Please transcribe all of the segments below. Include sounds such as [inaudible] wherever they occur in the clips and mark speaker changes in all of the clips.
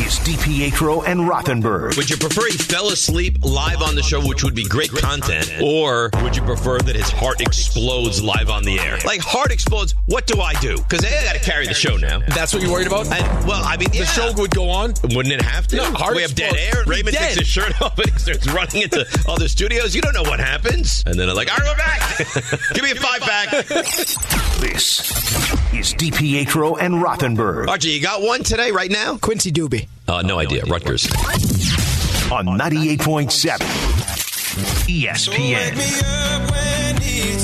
Speaker 1: is DiPietro and Rothenberg.
Speaker 2: Would you prefer he fell asleep live on the show, which would be great content, or would you prefer that his heart explodes live on the air? Like heart explodes, what do I do? Because I got to carry the show now.
Speaker 3: That's what you're worried about?
Speaker 2: And well, I mean,
Speaker 3: the
Speaker 2: yeah.
Speaker 3: show would go on.
Speaker 2: Wouldn't it have to?
Speaker 3: No, heart
Speaker 2: we have dead
Speaker 3: explodes.
Speaker 2: air.
Speaker 3: He's
Speaker 2: Raymond
Speaker 3: dead.
Speaker 2: takes his shirt off and he starts running into other studios. You don't know what happens. And then I'm like, all right, we're back. [laughs] Give me a five back.
Speaker 1: This is DiPietro and Rothenberg
Speaker 2: Archie, you got one today, right now?
Speaker 3: Quincy Doobie.
Speaker 2: Uh, no idea. Rutgers.
Speaker 1: on 98.7
Speaker 2: E
Speaker 1: ESPN.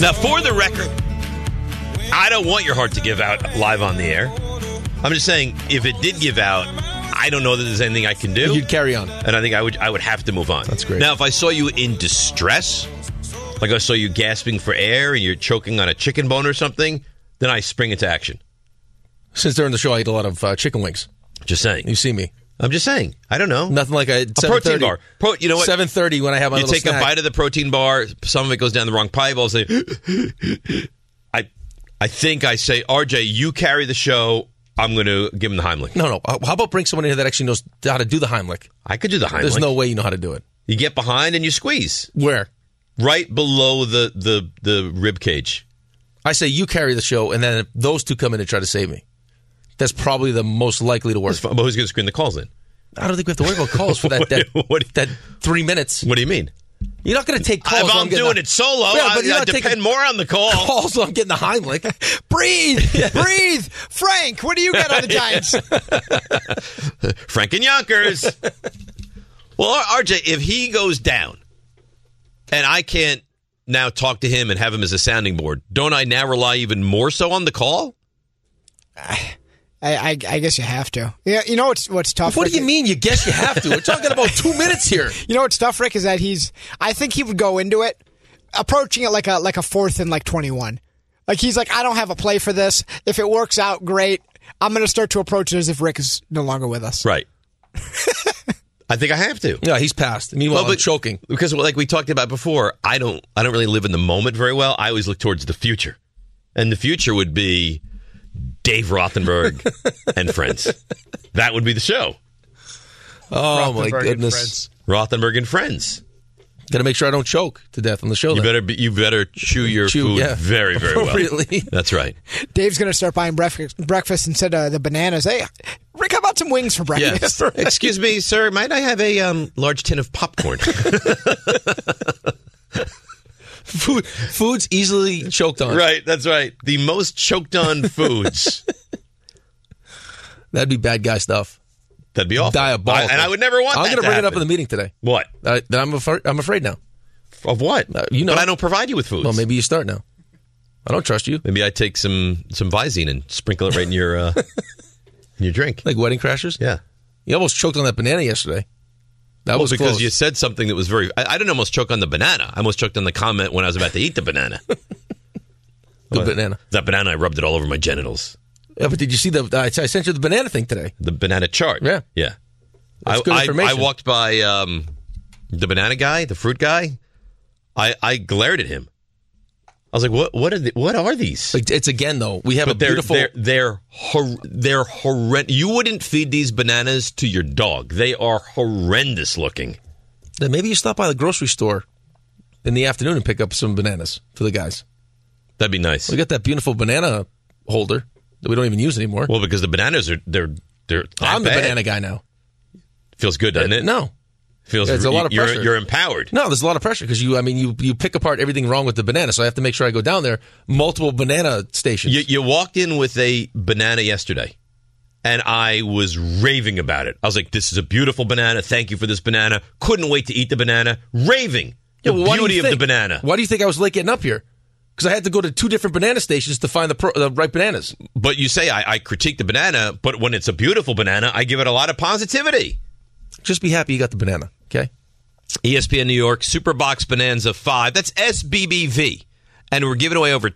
Speaker 2: Now, for the record, I don't want your heart to give out live on the air. I'm just saying, if it did give out, I don't know that there's anything I can do.
Speaker 3: You'd carry on.
Speaker 2: and I think I would I would have to move on.
Speaker 3: That's great.
Speaker 2: Now, if I saw you in distress, like I saw you gasping for air and you're choking on a chicken bone or something, then I spring into action.
Speaker 3: Since during the show, I eat a lot of uh, chicken wings.
Speaker 2: Just saying.
Speaker 3: You see me.
Speaker 2: I'm just saying. I don't know.
Speaker 3: Nothing like a,
Speaker 2: protein bar. Pro- you know what?
Speaker 3: 7.30 when I have my
Speaker 2: you
Speaker 3: little
Speaker 2: take a
Speaker 3: snack.
Speaker 2: bite of the protein bar. Some of it goes down the wrong pipe. I'll say, I, I think I say, RJ, you carry the show. I'm going to give him the Heimlich.
Speaker 3: No, no. How about bring someone in here that actually knows how to do the Heimlich?
Speaker 2: I could do the Heimlich.
Speaker 3: There's no way you know how to do it.
Speaker 2: You get behind and you squeeze
Speaker 3: Where?
Speaker 2: right below the the the rib cage.
Speaker 3: I say you carry the show, and then those two come in and try to save me. That's probably the most likely to work.
Speaker 2: But who's going to screen the calls in?
Speaker 3: I don't think we have to worry about calls for
Speaker 2: [laughs]
Speaker 3: that that,
Speaker 2: What- what-
Speaker 3: that three minutes.
Speaker 2: What do you mean?
Speaker 3: You're not going to take calls.
Speaker 2: if
Speaker 3: while
Speaker 2: I'm
Speaker 3: getting
Speaker 2: doing
Speaker 3: the-
Speaker 2: it solo,
Speaker 3: Yeah,
Speaker 2: I,
Speaker 3: but you're
Speaker 2: I
Speaker 3: not taking
Speaker 2: depend more on the call.
Speaker 3: [laughs] Calls while I'm getting the Heimlich. Breathe,
Speaker 2: [laughs]
Speaker 3: breathe, Frank. What do you got on the [laughs] Giants?
Speaker 2: [laughs] Frank and Yonkers. well, R- RJ, if he goes down and I can't now talk to him and have him as a sounding board, don't I now rely even more so on the call?
Speaker 4: I, I, I guess you have to. Yeah, you know what's what's tough.
Speaker 3: What
Speaker 4: Rick,
Speaker 3: do you mean? You guess you have to. We're talking about two minutes
Speaker 2: [laughs]
Speaker 3: here.
Speaker 4: You know what's tough, Rick, is that he's. I think he would go into it, approaching it like a like a fourth and like twenty one. Like he's like, I don't have a play for this. If it works out, great. I'm gonna start to approach it as if Rick is no longer with us.
Speaker 2: Right. [laughs] I think I have to.
Speaker 3: Yeah, he's passed. Meanwhile,
Speaker 2: Well,
Speaker 3: I'm choking.
Speaker 2: because well, like we talked about before, I don't I don't really live in the moment very well. I always look towards the future, and the future would be Dave
Speaker 3: [laughs]
Speaker 2: Rothenberg and friends. That would be the show,
Speaker 3: Oh my
Speaker 4: Rothenberg and
Speaker 3: goodness!
Speaker 4: friends.
Speaker 2: Rothenberg and friends.
Speaker 3: Got to make sure I don't choke to death on the show.
Speaker 2: You
Speaker 3: then.
Speaker 2: better be, you better chew your
Speaker 3: Chew,
Speaker 2: food
Speaker 3: yeah,
Speaker 2: very very
Speaker 3: [laughs]
Speaker 2: well.
Speaker 3: appropriately.
Speaker 2: [laughs] That's right.
Speaker 3: [laughs]
Speaker 4: Dave's gonna start buying breakfast breakfast instead of the bananas. Hey, Rick, how about some wings for
Speaker 2: Yes.
Speaker 3: [laughs]
Speaker 4: breakfast? [laughs]
Speaker 2: Excuse me, sir. Might I have a um, large tin of
Speaker 3: [laughs]
Speaker 2: popcorn?
Speaker 3: Food, food's easily choked on.
Speaker 2: right. That's right. The most choked
Speaker 3: [laughs]
Speaker 2: on foods.
Speaker 3: That'd be bad guy stuff.
Speaker 2: That'd be awful.
Speaker 3: Diabolical.
Speaker 2: I- and I would never want.
Speaker 3: I'm
Speaker 2: that
Speaker 3: gonna
Speaker 2: to
Speaker 3: bring it up in
Speaker 2: happen.
Speaker 3: the meeting today.
Speaker 2: What
Speaker 3: I, that I'm afraid. I'm afraid now.
Speaker 2: of what?
Speaker 3: Uh, you know.
Speaker 2: but I don't provide you with foods.
Speaker 3: Well, maybe you start now. I don't trust you.
Speaker 2: Maybe I take some some Visine and sprinkle it right in your
Speaker 3: [laughs]
Speaker 2: uh, in your drink.
Speaker 3: Like wedding crashers.
Speaker 2: Yeah,
Speaker 3: You almost choked on that banana yesterday. That
Speaker 2: well,
Speaker 3: was
Speaker 2: because
Speaker 3: close.
Speaker 2: you said something that was very. I, I didn't almost choke on the banana. I almost choked on the comment when I was about to eat the
Speaker 3: [laughs]
Speaker 2: banana.
Speaker 3: the banana.
Speaker 2: that banana, I rubbed it all over my genitals.
Speaker 3: Yeah, but did you see the? I, I sent you the banana thing today.
Speaker 2: The banana chart.
Speaker 3: Yeah.
Speaker 2: yeah.
Speaker 3: That's
Speaker 2: I,
Speaker 3: good
Speaker 2: I- I,
Speaker 3: information.
Speaker 2: walked by um, the banana guy, the fruit guy. I I glared at him. I was like, "What? What are the, what are these?"
Speaker 3: Like it's again though. We have a
Speaker 2: but they're
Speaker 3: beautiful.
Speaker 2: they're they're hor- they're horrendous. You wouldn't feed these bananas to your dog. They are horrendous looking.
Speaker 3: then maybe you stop by the grocery store in the afternoon and pick up some bananas for the guys.
Speaker 2: That'd be nice.
Speaker 3: We got that beautiful banana holder that we don't even use anymore.
Speaker 2: Well, because the bananas are they're they're. that
Speaker 3: I'm the
Speaker 2: bad.
Speaker 3: banana guy now.
Speaker 2: Feels good, doesn't it?
Speaker 3: No,
Speaker 2: feels.
Speaker 3: It's a lot of
Speaker 2: you're,
Speaker 3: pressure.
Speaker 2: You're empowered.
Speaker 3: no. There's a lot of pressure because you. I mean, you you pick apart everything wrong with the banana, so I have to make sure I go down there multiple banana stations.
Speaker 2: You, you walked in with a banana yesterday, and I was raving about it. I was like, "This is a beautiful banana. Thank you for this banana. Couldn't wait to eat the banana. Raving the
Speaker 3: Yeah, well, why do you
Speaker 2: beauty of the
Speaker 3: think-
Speaker 2: banana.
Speaker 3: Why do you think I was late getting up here? Because I had to go to two different banana stations to find the, pro, the right bananas.
Speaker 2: But you say I, I critique the banana, but when it's a beautiful banana, I give it a lot of positivity.
Speaker 3: Just be happy you got the banana, okay?
Speaker 2: E ESPN New York Superbox Bonanza 5. That's SBBV. and we're giving away over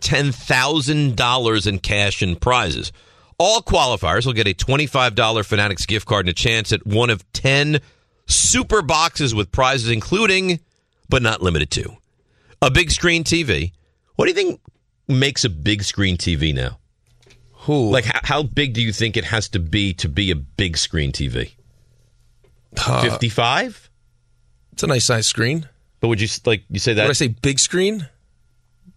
Speaker 2: $10,000 in cash and prizes. All qualifiers will get a $25 Fanatics gift card and a chance at one of 10 super boxes with prizes, including, but not limited to, a big screen TV. What do you think makes a big screen TV now?
Speaker 3: Who?
Speaker 2: Like, how, how big do you think it has to be to be a big screen TV? 55?
Speaker 3: It's a nice size screen.
Speaker 2: But would you s- like you say
Speaker 3: Would I
Speaker 2: that
Speaker 3: say big screen?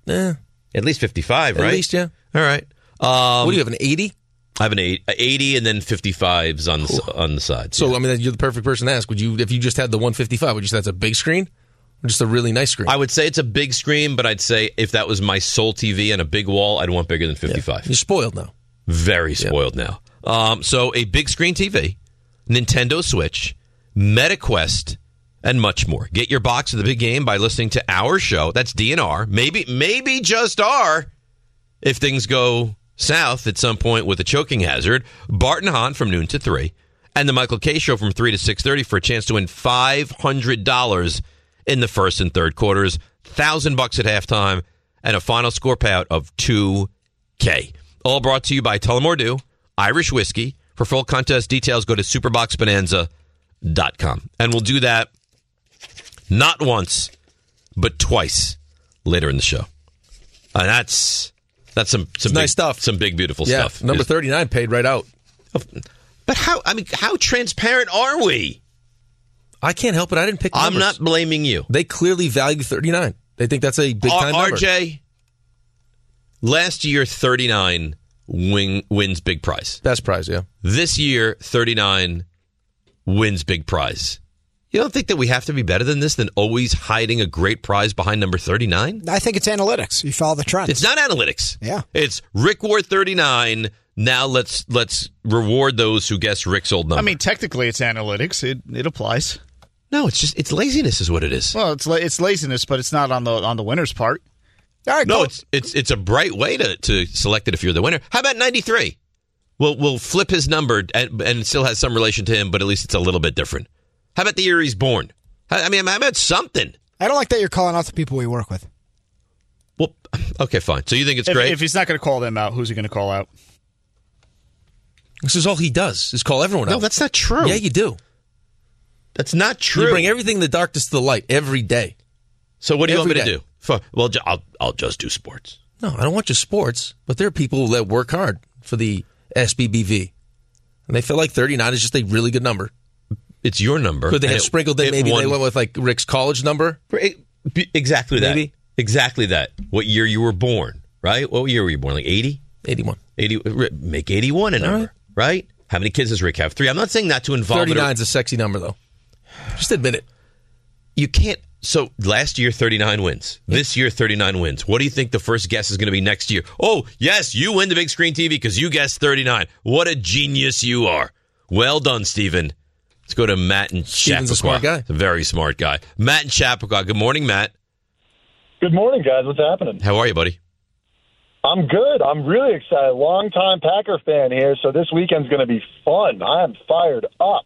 Speaker 3: Eh,
Speaker 2: at least 55,
Speaker 3: at
Speaker 2: right?
Speaker 3: least yeah.
Speaker 2: All right. Um,
Speaker 3: what do you have? An eighty?
Speaker 2: I have an eight, a 80 and then 55s on the s on the side.
Speaker 3: So I mean, you're the perfect person to ask. Would you, if you just had the 155, would you say that's a big screen or just a really nice screen?
Speaker 2: I would say it's a big screen, but I'd say if that was my soul TV and a big wall, I'd want bigger than 55.
Speaker 3: you're spoiled now.
Speaker 2: Very spoiled now. Um, so a big screen TV, Nintendo Switch, MetaQuest, and much more. Get your box of the big game by listening to our show. That's DNR. Maybe, maybe just R. If things go south at some point with a choking hazard, Barton Hahn from noon to three, and the Michael K Show from three to six thirty for a chance to win five hundred dollars in the first and third quarters, thousand bucks at halftime, and a final score payout of two K. All brought to you by Tullamore Irish Whiskey. For full contest details, go to superboxbonanza.com. And we'll do that not once, but twice later in the show. And that's that's some some big,
Speaker 3: nice stuff.
Speaker 2: Some big beautiful
Speaker 3: Yeah,
Speaker 2: stuff.
Speaker 3: number
Speaker 2: Is-
Speaker 3: 39 paid right out.
Speaker 2: But how I mean how transparent are we?
Speaker 3: I can't help it. I didn't pick.
Speaker 2: I'm
Speaker 3: numbers.
Speaker 2: not blaming you.
Speaker 3: They clearly value 39. They think that's a big time
Speaker 2: R-
Speaker 3: number.
Speaker 2: RJ last year 39 wing, wins big prize.
Speaker 3: Best prize, yeah.
Speaker 2: This year 39 wins big prize. You don't think that we have to be better than this than always hiding a great prize behind number 39?
Speaker 4: I think it's analytics. You follow the trends.
Speaker 2: It's not analytics.
Speaker 4: Yeah.
Speaker 2: It's Rick Ward 39. Now let's let's reward those who guess Rick's old number.
Speaker 5: I mean, technically, it's analytics. It it applies.
Speaker 2: no, it's just it's laziness is what it is.
Speaker 5: Well, it's la- it's laziness, but it's not on the on the winner's part.
Speaker 4: All right,
Speaker 2: no,
Speaker 4: go-
Speaker 2: it's it's it's a bright way to to select it if you're the winner. How about 93? We'll we'll flip his number and and it still has some relation to him, but at least it's a little bit different. How about the year he's born? How- I mean, how about something?
Speaker 4: I don't like that you're calling out the people we work with.
Speaker 2: Well, okay, fine. So you think it's
Speaker 5: If,
Speaker 2: great?
Speaker 5: if he's not going to call them out, who's he going to call out?
Speaker 3: This is all he does is call everyone
Speaker 2: no,
Speaker 3: out.
Speaker 2: that's not true.
Speaker 3: yeah, you do.
Speaker 2: that's not true.
Speaker 3: You bring everything in the darkness to the light every day.
Speaker 2: so what do you want me
Speaker 3: every
Speaker 2: to
Speaker 3: day.
Speaker 2: do? Fu- Well, ju- I'll I'll just do sports.
Speaker 3: No, I don't want your sports, but there are people that work hard for the SBBV. And they feel like 39 is just a really good number.
Speaker 2: It's your number.
Speaker 3: Could they
Speaker 2: and
Speaker 3: have
Speaker 2: it-
Speaker 3: sprinkled in
Speaker 2: it
Speaker 3: maybe they
Speaker 2: won-
Speaker 3: went with like Rick's college number?
Speaker 2: Right, b- e, Exactly that.
Speaker 3: Maybe.
Speaker 2: Exactly that. What year you were born, right? What year were you born? Like 80?
Speaker 3: 81.
Speaker 2: 80 r- make 81 a number, right? How many kids does Rick have? Three. I'm not saying not to involve it.
Speaker 3: 39
Speaker 2: or-
Speaker 3: is a sexy number, though. Just admit it.
Speaker 2: You can't. So last year, 39 wins. This year, 39 wins. What do you think the first guess is going to be next year? Oh, yes, you win the big screen TV because you guessed 39. What a genius you are. Well done, Steven. Let's go to Matt and
Speaker 3: Steven's a
Speaker 2: Chappaqua.
Speaker 3: smart guy.
Speaker 2: Very smart guy. Matt and Chappaqua. Good morning, Matt.
Speaker 6: Good morning, guys. What's happening?
Speaker 2: How are you, buddy?
Speaker 6: I'm good. I'm really excited. Long time Packer fan here, so this weekend's going to be fun. I am fired up.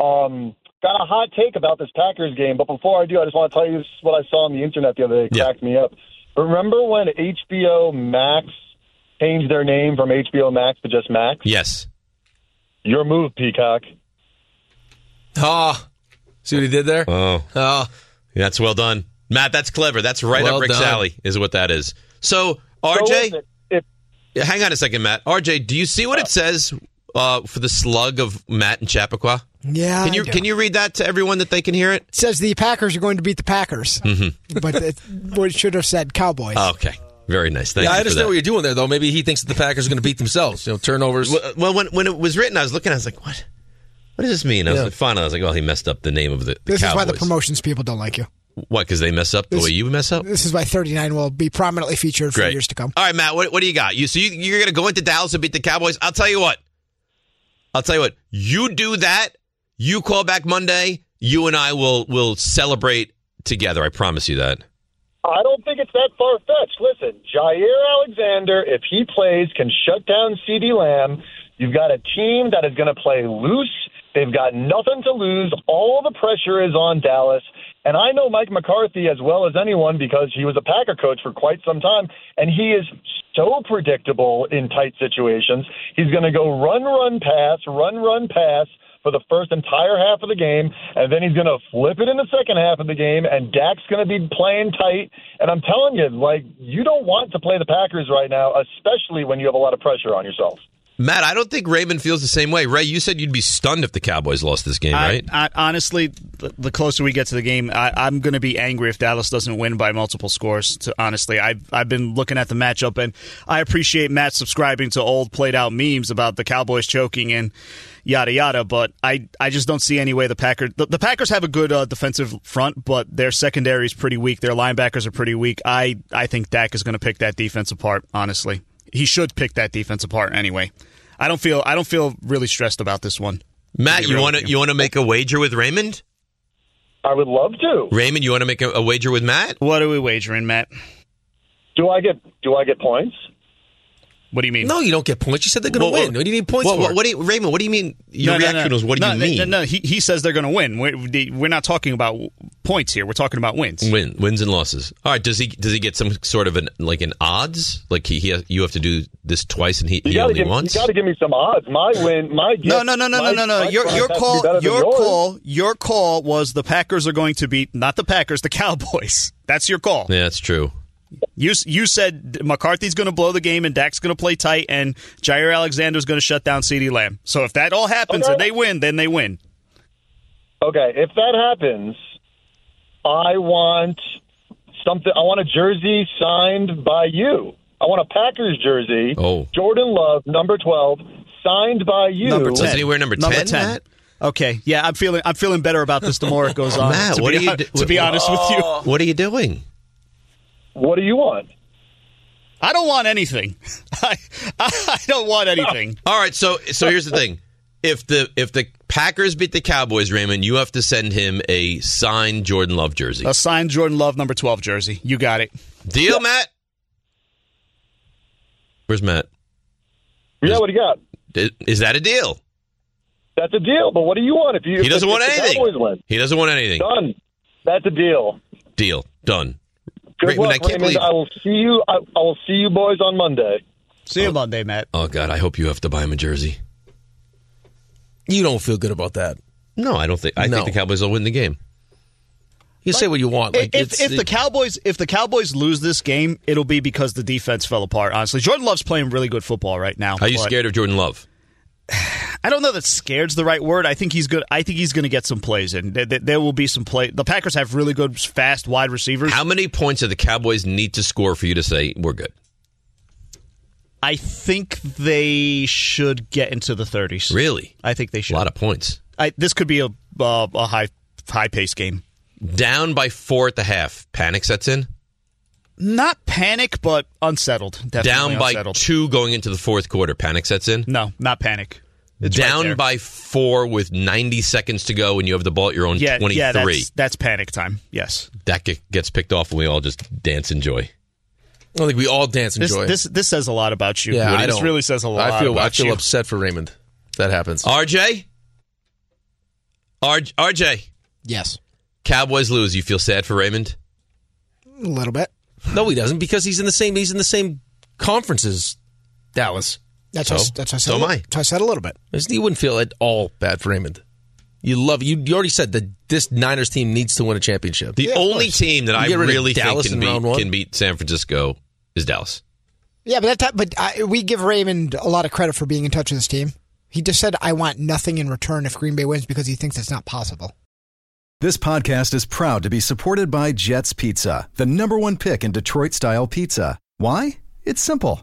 Speaker 6: Um, got a hot take about this Packers game, but before I do, I just want to tell you this is what I saw on the internet the other day. It
Speaker 2: Yeah.
Speaker 6: cracked me up. Remember when HBO Max changed their name from HBO Max to just Max?
Speaker 2: Yes.
Speaker 6: Your move, Peacock.
Speaker 3: Ah, see what he did there?
Speaker 2: Oh.
Speaker 3: Ah,
Speaker 2: That's well done, Matt. That's clever. That's right
Speaker 3: Well
Speaker 2: up Rick's
Speaker 3: done.
Speaker 2: alley, is what that is. So,
Speaker 6: So
Speaker 2: RJ,
Speaker 6: listen, if
Speaker 2: yeah, hang on a second, Matt. RJ, do you see what it says uh, for the slug of Matt and Chappaqua?
Speaker 4: Yeah.
Speaker 2: Can
Speaker 4: I
Speaker 2: you
Speaker 4: do.
Speaker 2: can you read that to everyone that they can hear it? Mm-hmm.
Speaker 4: It says the Packers are going to beat the Packers, but it, what it should have said Cowboys.
Speaker 2: Oh, okay, very nice. Thank
Speaker 3: yeah, I
Speaker 2: you for
Speaker 3: understand
Speaker 2: that.
Speaker 3: what you're doing there, though. Maybe he thinks that the Packers are going to beat themselves. You know, turnovers.
Speaker 2: Well, well, when when it was written, I was looking. I was like, what? What does this mean? I was
Speaker 3: Yeah.
Speaker 2: like, finally, I was like, well, he messed up the name of the, the
Speaker 4: this is why the
Speaker 2: Cowboys.
Speaker 4: promotions people don't like you.
Speaker 2: What? Because they mess up the
Speaker 4: This-
Speaker 2: way you mess up.
Speaker 4: This is why 39 will be prominently featured for
Speaker 2: Great.
Speaker 4: years to come.
Speaker 2: All right, Matt, what, what do you got? You so you, you're going to go into Dallas and beat the Cowboys? I'll tell you what. I'll tell you what. You do that. You call back Monday. You and I will will celebrate together. I promise you that.
Speaker 6: I don't think it's that far fetched. Listen, Jair Alexander, if he plays, can shut down C.D. Lamb. You've got a team that is going to play loose. They've got nothing to lose. All the pressure is on Dallas. And I know Mike McCarthy as well as anyone because he was a Packer coach for quite some time, and he is so predictable in tight situations. He's going to go run, run, pass, run, run, pass for the first entire half of the game, and then he's going to flip it in the second half of the game, and Dak's going to be playing tight. And I'm telling you, like, you don't want to play the Packers right now, especially when you have a lot of pressure on yourself.
Speaker 2: Matt, I don't think Raymond feels the same way. Ray, you said you'd be stunned if the Cowboys lost this game, right?
Speaker 5: I, I, honestly, the the closer we get to the game, I, I'm going to be angry if Dallas doesn't win by multiple scores. To, honestly, I've I've been looking at the matchup, and I appreciate Matt subscribing to old played out memes about the Cowboys choking and yada yada. But I I just don't see any way the Packers the, the Packers have a good uh, defensive front, but their secondary is pretty weak. Their linebackers are pretty weak. I I think Dak is going to pick that defense apart. Honestly, he should pick that defense apart anyway. I don't feel I don't feel really stressed about this one.
Speaker 2: Matt,
Speaker 5: Be
Speaker 2: you
Speaker 5: real
Speaker 2: want
Speaker 5: with
Speaker 2: to
Speaker 5: you.
Speaker 2: you want to make a wager with Raymond?
Speaker 6: I would love to.
Speaker 2: Raymond, you want to make a, a wager with Matt?
Speaker 5: What are we wagering, Matt?
Speaker 6: Do I get do I get points?
Speaker 5: What do you mean?
Speaker 3: No, you don't get points. You said they're going
Speaker 2: Well,
Speaker 3: to
Speaker 2: well-
Speaker 3: win. What do you need points
Speaker 2: Well,
Speaker 3: for?
Speaker 2: what, what do you, Raymond? What do you mean? Your
Speaker 5: No, no, no.
Speaker 2: reaction was, "What do
Speaker 5: No,
Speaker 2: you
Speaker 5: no,
Speaker 2: mean?"
Speaker 5: No, no, he, he says they're going to win. We're, we're not talking about points here. We're talking about wins.
Speaker 2: Win, wins and losses. All right. Does he does he get some sort of an like an odds? Like he, he has, you have to do this twice and he,
Speaker 6: You
Speaker 2: he
Speaker 6: gotta
Speaker 2: only
Speaker 6: give,
Speaker 2: once.
Speaker 6: You got to give me some odds. My win, my gift,
Speaker 5: No, no, no, no,
Speaker 6: my-
Speaker 5: no, no, no.
Speaker 6: my
Speaker 5: Your
Speaker 6: prize
Speaker 5: your
Speaker 6: has to be better
Speaker 5: call,
Speaker 6: than
Speaker 5: your
Speaker 6: yours.
Speaker 5: call, your call was the Packers are going to beat not the Packers, the [laughs] Cowboys. That's your call.
Speaker 2: yeah, that's true.
Speaker 5: You s- you said McCarthy's going to blow the game and Dak's going to play tight and Jair Alexander's going to shut down Ceedee Lamb. So if that all happens and
Speaker 6: Okay.
Speaker 5: they win, then they win.
Speaker 6: Okay, if that happens, I want something. I want a jersey signed by you. I want a Packers jersey.
Speaker 2: Oh.
Speaker 6: Jordan Love, number twelve, signed by you.
Speaker 5: Number 10.
Speaker 2: Doesn't he wear number 10, Matt?
Speaker 5: Okay, yeah, I'm feeling I'm feeling better about this the more
Speaker 2: [laughs]
Speaker 5: it goes on.
Speaker 2: Oh, Matt,
Speaker 5: to
Speaker 2: what
Speaker 5: be,
Speaker 2: are you
Speaker 5: hon-
Speaker 2: do- Oh.
Speaker 5: to be honest with you.
Speaker 2: [laughs] What are you doing?
Speaker 6: What do you want?
Speaker 5: I don't want anything. [laughs] I, I don't
Speaker 2: [laughs]
Speaker 5: want anything.
Speaker 2: All right. So
Speaker 5: [laughs]
Speaker 2: so here's the thing. If the if the Packers beat the Cowboys, Raymond, you have to send him a signed Jordan Love jersey.
Speaker 5: A signed Jordan Love number 12 jersey. You got it.
Speaker 2: Deal, Matt. Where's Matt?
Speaker 6: Yeah,
Speaker 2: Just-
Speaker 6: what do you got?
Speaker 2: I- Is that a deal?
Speaker 6: That's a deal. But what do you want? If you
Speaker 2: He doesn't
Speaker 6: if,
Speaker 2: want
Speaker 6: if the
Speaker 2: anything.
Speaker 6: Cowboys win.
Speaker 2: He doesn't want anything.
Speaker 6: Done. That's a deal.
Speaker 2: Deal done.
Speaker 6: Good
Speaker 2: Raymond,
Speaker 6: luck,
Speaker 2: I can't
Speaker 6: Raymond.
Speaker 2: believe-
Speaker 6: I will see you. I, I will see you boys on Monday.
Speaker 5: See you Monday, Matt.
Speaker 2: Oh God, I hope you have to buy him a jersey.
Speaker 3: you don't feel good about that.
Speaker 2: No, I don't think. I
Speaker 3: No.
Speaker 2: think the Cowboys will win the game.
Speaker 3: You say what you want. Like,
Speaker 5: if,
Speaker 3: it's,
Speaker 5: if the Cowboys if the Cowboys lose this game, it'll be because the defense fell apart. Honestly, Jordan Love's playing really good football right now.
Speaker 2: Are you
Speaker 5: but
Speaker 2: scared of Jordan Love?
Speaker 5: I don't know that "scared's" the right word. I think he's good. I think he's going to get some plays in. There, there- there will be some play. The Packers have really good, fast, wide receivers.
Speaker 2: How many points do the Cowboys need to score for you to say we're good?
Speaker 5: I think they should get into the 30s.
Speaker 2: Really,
Speaker 5: I think they
Speaker 2: a
Speaker 5: should.
Speaker 2: lot of points.
Speaker 5: I, this could be a uh, a high high pace game.
Speaker 2: Down by four at the half. Panic sets in.
Speaker 5: Not panic, but unsettled. Definitely
Speaker 2: Down by
Speaker 5: unsettled.
Speaker 2: two going into the fourth quarter. Panic sets in.
Speaker 5: No, not panic. It's right
Speaker 2: Down
Speaker 5: there.
Speaker 2: by four with 90 seconds to go, and you have the ball at your own
Speaker 5: yeah,
Speaker 2: 23.
Speaker 5: yeah. That's, that's panic time. Yes,
Speaker 2: that ge- gets picked off, and we all just dance in joy.
Speaker 3: I don't think we all dance and
Speaker 5: this
Speaker 3: joy.
Speaker 5: this this says a lot about you.
Speaker 3: yeah,
Speaker 5: Woody.
Speaker 3: I
Speaker 5: this
Speaker 3: don't-
Speaker 5: really says a lot.
Speaker 3: I feel
Speaker 5: about
Speaker 3: I feel
Speaker 5: you.
Speaker 3: upset for Raymond. if That happens.
Speaker 2: RJ? RJ? RJ?
Speaker 4: Yes,
Speaker 2: Cowboys lose. You feel sad for Raymond?
Speaker 4: a little bit.
Speaker 3: No, he doesn't because he's in the same he's in the same conferences. Dallas.
Speaker 4: That's
Speaker 2: So?
Speaker 4: why, that's why I said.
Speaker 2: So
Speaker 4: a
Speaker 2: am
Speaker 4: li-
Speaker 2: I.
Speaker 4: that's why I said a little bit.
Speaker 3: You wouldn't feel at all bad for Raymond. You love you. You already said that this Niners team needs to win a championship.
Speaker 2: The only team that I
Speaker 3: get rid of
Speaker 2: really think
Speaker 3: Dallas
Speaker 2: can
Speaker 3: in round
Speaker 2: beat,
Speaker 3: one?
Speaker 2: can beat San Francisco is Dallas.
Speaker 4: Yeah, but that type, but I, we give Raymond a lot of credit for being in touch with his team. He just said, "I want nothing in return if Green Bay wins," because he thinks it's not possible.
Speaker 7: This podcast is proud to be supported by Jets Pizza, the number one pick in Detroit style pizza. Why? It's simple.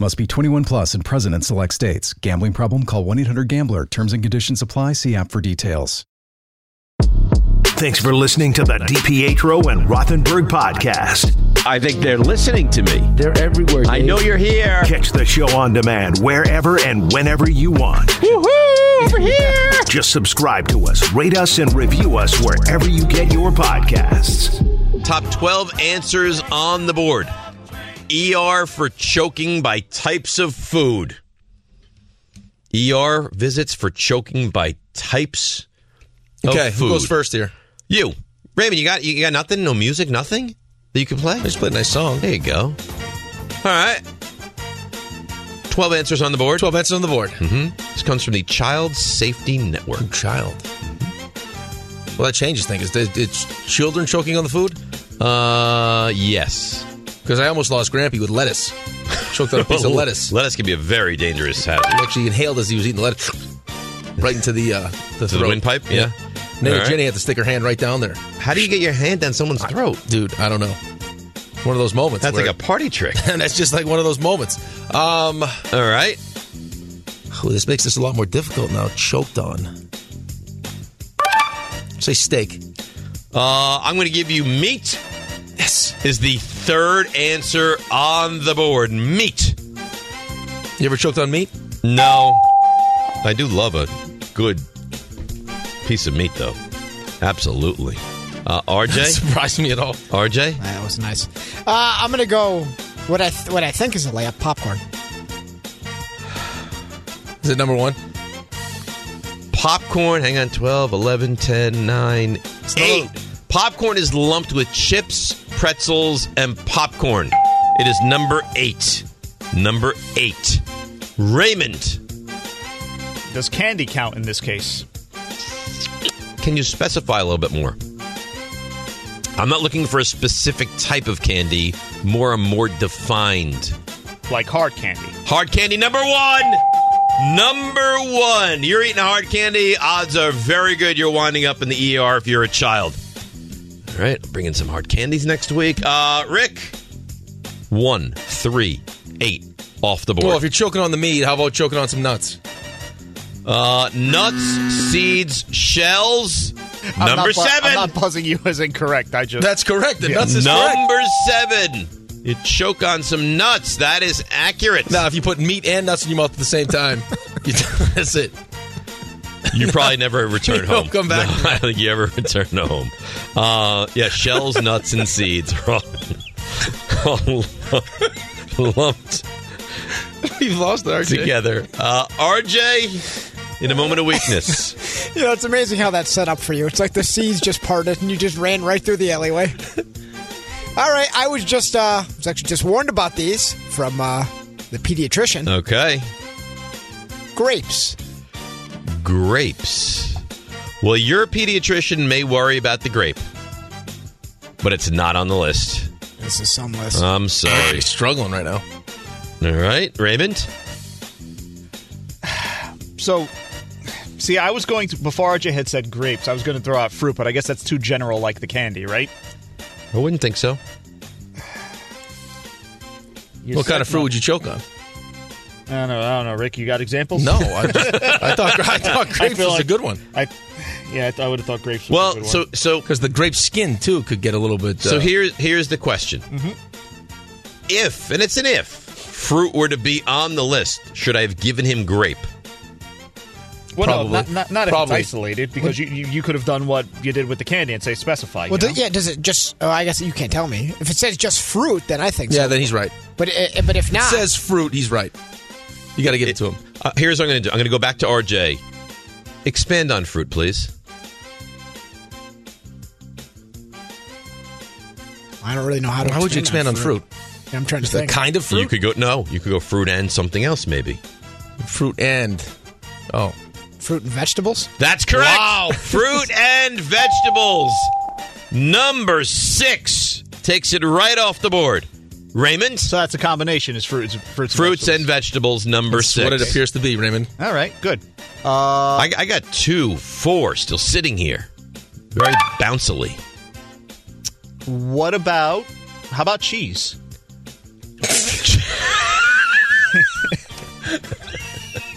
Speaker 7: Must be 21 plus and present in select states. Gambling problem? Call 1 800 Gambler. Terms and conditions apply. See app for details.
Speaker 1: Thanks for listening to the DPetro and Rothenberg podcast.
Speaker 8: I think they're listening to me. They're everywhere. I know you're here.
Speaker 1: Catch the show on demand wherever and whenever you want.
Speaker 8: Woohoo! Over here.
Speaker 1: Just subscribe to us, rate us, and review us wherever you get your podcasts.
Speaker 2: Top 12 answers on the board. ER for choking by types of food. ER visits for choking by types of
Speaker 3: Okay,
Speaker 2: food.
Speaker 3: who goes first here?
Speaker 2: You. Raymond, you got you got nothing? No music, nothing that you can play?
Speaker 3: I just played a nice song.
Speaker 2: There you go. All right. 12 answers on the board. Mm-hmm.
Speaker 3: 12 answers on the board.
Speaker 2: This comes from the Child Safety Network.
Speaker 3: Child. Well, that changes things. Is It's children choking on the food?
Speaker 2: Uh, yes.
Speaker 3: Because I almost lost Grampy with lettuce. Choked on
Speaker 2: [laughs]
Speaker 3: a piece of lettuce.
Speaker 2: Oh, Lettuce can be a very dangerous hazard.
Speaker 3: Actually, inhaled as he was eating the lettuce. Right into the uh, the,
Speaker 2: the
Speaker 3: throat.
Speaker 2: windpipe? Yeah.
Speaker 3: Nana
Speaker 2: All right.
Speaker 3: Jenny had to stick her hand right down there.
Speaker 2: How do you get your hand down someone's throat?
Speaker 3: Dude, I don't know. One of those moments.
Speaker 2: That's
Speaker 3: where-
Speaker 2: like a party trick.
Speaker 3: [laughs] that's just like one of those moments. Um,
Speaker 2: All right.
Speaker 3: oh, this makes this a lot more difficult now. Choked on. Say steak.
Speaker 2: Uh, I'm going to give you meat
Speaker 3: Yes.
Speaker 2: is the third answer on the board. Meat.
Speaker 3: You ever choked on meat?
Speaker 2: No. I do love a good piece of meat, though. Absolutely. Uh,
Speaker 3: [laughs]
Speaker 2: RJ?
Speaker 3: Surprised me at all.
Speaker 2: RJ?
Speaker 4: That was nice. Uh, I'm gonna go. What I th- what I think is a layup popcorn.
Speaker 3: Is it number one?
Speaker 2: Popcorn, hang on, 12, 11, 10, 9, 8. Popcorn is lumped with chips, pretzels, and popcorn. It is number 8. Number 8. Raymond,
Speaker 5: Does candy count in this case?
Speaker 2: can you specify a little bit more? I'm not looking for a specific type of candy, more a more defined
Speaker 5: Like hard candy.
Speaker 2: Hard candy number one. Number one. You're eating hard candy. Odds are very good you're winding up in the ER if you're a child. All right, I'll bring in some hard candies next week. Uh, Rick, one, three, eight off the
Speaker 3: Well, if
Speaker 2: board.
Speaker 3: you're choking on the meat, how about choking on some nuts?
Speaker 2: Uh, nuts, seeds, shells. Number
Speaker 5: I'm not bu- I'm
Speaker 2: seven.
Speaker 5: not buzzing you as incorrect. I just
Speaker 3: That's correct. The nuts is correct.
Speaker 2: Number seven. You choke on some nuts. That is accurate.
Speaker 3: Now, if you put meat and nuts in your mouth at the same time,
Speaker 2: [laughs]
Speaker 3: you, that's it.
Speaker 2: You probably
Speaker 3: [laughs]
Speaker 2: never return
Speaker 3: You
Speaker 2: home.
Speaker 3: don't come back.
Speaker 2: No, [laughs] I don't think you ever return home. Uh, yeah, shells, nuts, and seeds are all, all lumped
Speaker 3: You've lost it, RJ.
Speaker 2: together. Uh, RJ, in a moment of weakness.
Speaker 4: You know, it's amazing how that's set up for you. It's like the seas just parted and you just ran right through the alleyway. [laughs] All right, I was just uh, was actually just warned about these from uh, the pediatrician.
Speaker 2: Okay.
Speaker 4: Grapes.
Speaker 2: Grapes. Well, your pediatrician may worry about the grape, but it's not on the list.
Speaker 4: This is some list.
Speaker 2: I'm sorry.
Speaker 3: He's struggling right now.
Speaker 2: All right, Raymond?
Speaker 5: so. See, I was going to before RJ had said grapes. I was going to throw out fruit, but I guess that's too general, like the candy, right?
Speaker 2: I wouldn't think so.
Speaker 5: You
Speaker 3: What kind
Speaker 5: said-
Speaker 3: of fruit would you choke on?
Speaker 5: I don't know. I don't know, Rick. You got examples?
Speaker 3: No, I, just, I thought I thought
Speaker 5: [laughs] I
Speaker 3: grapes
Speaker 5: feel
Speaker 3: was a
Speaker 5: like-
Speaker 3: good one
Speaker 5: I yeah, I, th- I would have thought grapes. Was a
Speaker 2: Well,
Speaker 5: good
Speaker 2: so
Speaker 5: one.
Speaker 2: so
Speaker 3: because the grape skin too could get a little bit.
Speaker 2: So
Speaker 3: uh,
Speaker 2: here's here's the question:
Speaker 5: Mm-hmm.
Speaker 2: If and it's an if, fruit were to be on the list, should I have given him grape?
Speaker 5: well,
Speaker 3: probably.
Speaker 5: no, not not, not if it's
Speaker 3: Probably.
Speaker 5: isolated because you, you you could have done what you did with the candy and say specify.
Speaker 4: well,
Speaker 5: you
Speaker 4: do,
Speaker 5: know?
Speaker 4: yeah. Does it just? Oh, I guess you can't tell me. If it says just fruit, then I think
Speaker 3: yeah,
Speaker 4: so.
Speaker 3: then he's right.
Speaker 4: But uh, but if not,
Speaker 3: Says fruit, he's right. You got to give it to him.
Speaker 2: Uh, here's what I'm going to do: I'm going to go back to RJ. Expand on fruit, please.
Speaker 4: I don't really know how to.
Speaker 3: How would you expand on fruit?
Speaker 4: I'm trying to
Speaker 3: The
Speaker 4: think.
Speaker 3: kind of
Speaker 2: You
Speaker 3: fruit.
Speaker 2: could go no, you could go fruit and something else maybe.
Speaker 3: fruit and Oh,
Speaker 4: Fruit and vegetables?
Speaker 2: That's correct. Wow. [laughs] Fruit and vegetables. Number six takes it right off the board. Raymond,
Speaker 5: So that's a combination is fruits, fruits,
Speaker 2: fruits
Speaker 5: and
Speaker 2: and vegetables, number
Speaker 3: that's
Speaker 2: six.
Speaker 3: what it appears to be, Raymond.
Speaker 5: all right, good.
Speaker 4: Uh,
Speaker 2: I, I got two, four still sitting here. Very bouncily.
Speaker 5: What about how
Speaker 3: [laughs]
Speaker 5: about [laughs] cheese?
Speaker 2: [laughs]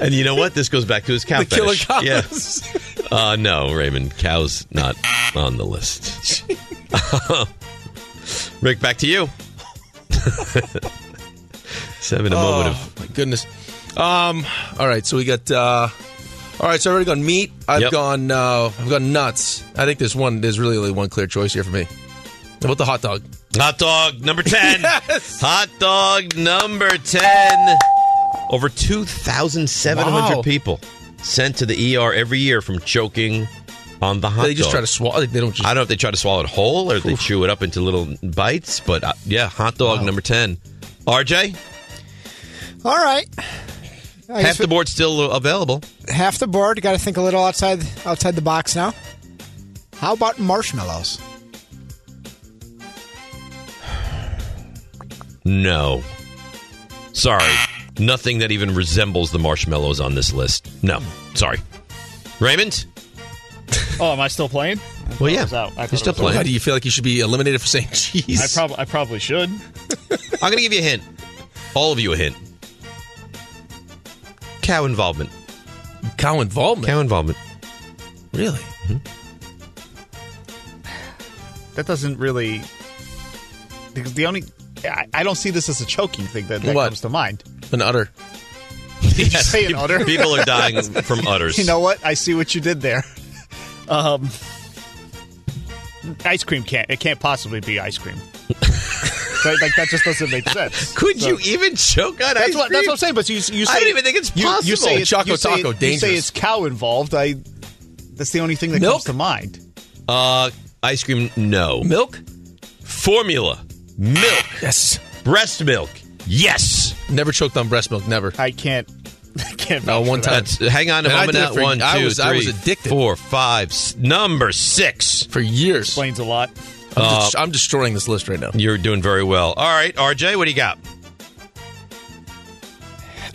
Speaker 2: And you know what? This goes back to his cow
Speaker 3: The killer
Speaker 2: fetish.
Speaker 3: cows.
Speaker 2: Yeah. Uh, no, Raymond, cow's not on the list. [laughs] Rick, back to you. [laughs] Seven, a moment of
Speaker 3: Oh, My goodness. Um. All right. So we got. uh All right. So I've already gone meat. I've
Speaker 2: Yep.
Speaker 3: gone. Uh, I've gone nuts. I think there's one. There's really only one clear choice here for me. What about the hot dog?
Speaker 2: Hot dog number
Speaker 3: [laughs]
Speaker 2: 10. Hot dog number 10. Over 2,700
Speaker 3: Wow.
Speaker 2: people sent to the ER every year from choking on the hot
Speaker 3: they just
Speaker 2: dog.
Speaker 3: try to swallow. They don't just.
Speaker 2: I don't know if they try to swallow it whole or if they chew it up into little bites, but uh, yeah, hot dog number 10. RJ,
Speaker 4: All right.
Speaker 3: Oh,
Speaker 4: I
Speaker 2: half
Speaker 4: guess
Speaker 2: the board still available.
Speaker 4: we- half the board. Got to think a little outside outside the box now. How about marshmallows?
Speaker 2: No. Sorry. Nothing that even resembles the marshmallows on this list. No. Sorry. Raymond?
Speaker 5: Oh, am I still playing?
Speaker 2: Well, yeah.
Speaker 5: Oh, I was out. I thought
Speaker 2: You're
Speaker 5: it
Speaker 2: still
Speaker 5: was
Speaker 2: playing.
Speaker 3: Why do you feel like you should be eliminated for saying [laughs] cheese?
Speaker 5: I probably I probably should.
Speaker 2: I'm going to give you a hint. All of you a hint. Cow involvement.
Speaker 3: cow involvement.
Speaker 2: Cow involvement.
Speaker 3: Really?
Speaker 5: That doesn't really because the only I, I don't see this as a choking thing that, that
Speaker 3: What?
Speaker 5: comes
Speaker 2: [laughs]
Speaker 5: to mind.
Speaker 3: An udder.
Speaker 5: Did you say an udder?
Speaker 2: People are
Speaker 5: [laughs]
Speaker 2: dying from udders.
Speaker 5: You know what? I see what you did there. Um, ice cream can't. It can't possibly be
Speaker 2: [laughs]
Speaker 5: ice cream. right? Like that just doesn't make sense.
Speaker 2: Could
Speaker 5: So-
Speaker 2: you even choke on
Speaker 5: That's
Speaker 2: ice
Speaker 5: what,
Speaker 2: cream?
Speaker 5: that's what I'm saying. But you, you say
Speaker 2: I don't even think it's
Speaker 5: you, You
Speaker 2: possible.
Speaker 5: say it's,
Speaker 3: Choco
Speaker 5: you say
Speaker 3: taco,
Speaker 5: it, You
Speaker 3: dangerous.
Speaker 5: say it's cow involved. I. That's the only thing that
Speaker 3: Milk?
Speaker 5: comes to mind.
Speaker 2: uh, ice cream, no.
Speaker 3: Milk?
Speaker 2: Formula, milk,
Speaker 3: Yes.
Speaker 2: breast milk, yes.
Speaker 3: Never choked on breast milk. Never.
Speaker 5: I can't. [laughs] I can't.
Speaker 3: No,
Speaker 5: vouch
Speaker 3: one
Speaker 5: for
Speaker 3: time.
Speaker 5: that.
Speaker 2: That's, hang on a
Speaker 3: Man, I
Speaker 2: moment.
Speaker 3: did it
Speaker 2: Not
Speaker 3: for-
Speaker 2: one, two,
Speaker 3: I was- I was
Speaker 2: three,
Speaker 3: addicted.
Speaker 2: four, five, s- number six. Uh,
Speaker 3: For years. I'm,
Speaker 5: Explains a lot.
Speaker 3: just- I'm destroying this list right now.
Speaker 2: You're doing very well. All right, RJ, what do you got?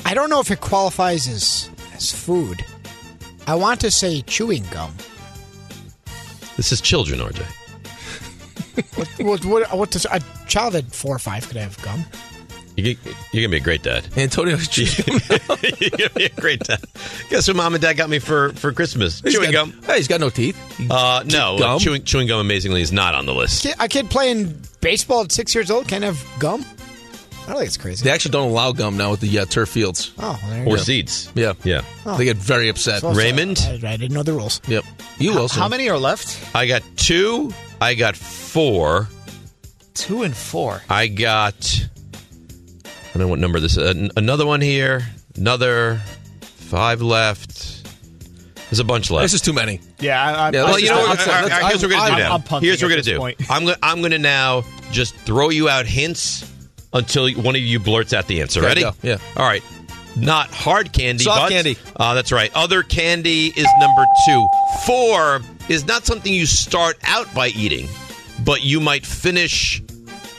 Speaker 4: I don't know if it qualifies as as food. I want to say chewing gum.
Speaker 2: This is children, RJ.
Speaker 4: what, what, what does a child at four or five could have gum?
Speaker 2: You, get- you're gonna be a great dad.
Speaker 3: Antonio
Speaker 2: [laughs]
Speaker 3: cheese.
Speaker 2: You're gonna be a great dad. Guess what mom and dad got me for, for Christmas? Chewing
Speaker 3: got,
Speaker 2: gum.
Speaker 3: Hey, he's got no teeth.
Speaker 2: Uh, no, uh,
Speaker 3: Gum?
Speaker 2: chewing chewing gum amazingly is not on the list.
Speaker 4: Ki- A kid playing baseball at six years old can't have gum. I don't think it's crazy.
Speaker 3: They actually don't allow gum now at the uh, turf fields.
Speaker 4: oh, well, there you
Speaker 2: Or
Speaker 4: go.
Speaker 2: seeds.
Speaker 3: Yeah.
Speaker 2: Yeah.
Speaker 5: Oh.
Speaker 3: They get very upset.
Speaker 4: Also,
Speaker 2: Raymond?
Speaker 4: I, I didn't know the rules.
Speaker 3: Yep. You also.
Speaker 5: How many are left?
Speaker 2: I got two. I got four.
Speaker 4: Two and four.
Speaker 2: I got. I don't know what number this is. An- Another one here. Another. Five left. There's a bunch left.
Speaker 3: This is too many.
Speaker 5: Yeah. I, I,
Speaker 3: Yeah,
Speaker 5: I
Speaker 3: let's
Speaker 2: well,
Speaker 5: just-
Speaker 2: you know,
Speaker 3: I'm
Speaker 2: what? All
Speaker 3: sorry,
Speaker 2: right,
Speaker 3: let's-
Speaker 2: here's what we're gonna
Speaker 5: I'm-
Speaker 2: do now.
Speaker 5: I'm punting
Speaker 2: here's what we're gonna
Speaker 5: at this
Speaker 2: do.
Speaker 5: point.
Speaker 2: I'm gonna I'm gonna now just throw you out hints until one of you blurts out the answer.
Speaker 3: Okay,
Speaker 2: Ready?
Speaker 3: go. Yeah.
Speaker 2: All right. Not hard candy.
Speaker 3: Soft
Speaker 2: but-
Speaker 3: candy.
Speaker 2: Uh, that's right. Other candy is number two. Four is not something you start out by eating, but you might finish,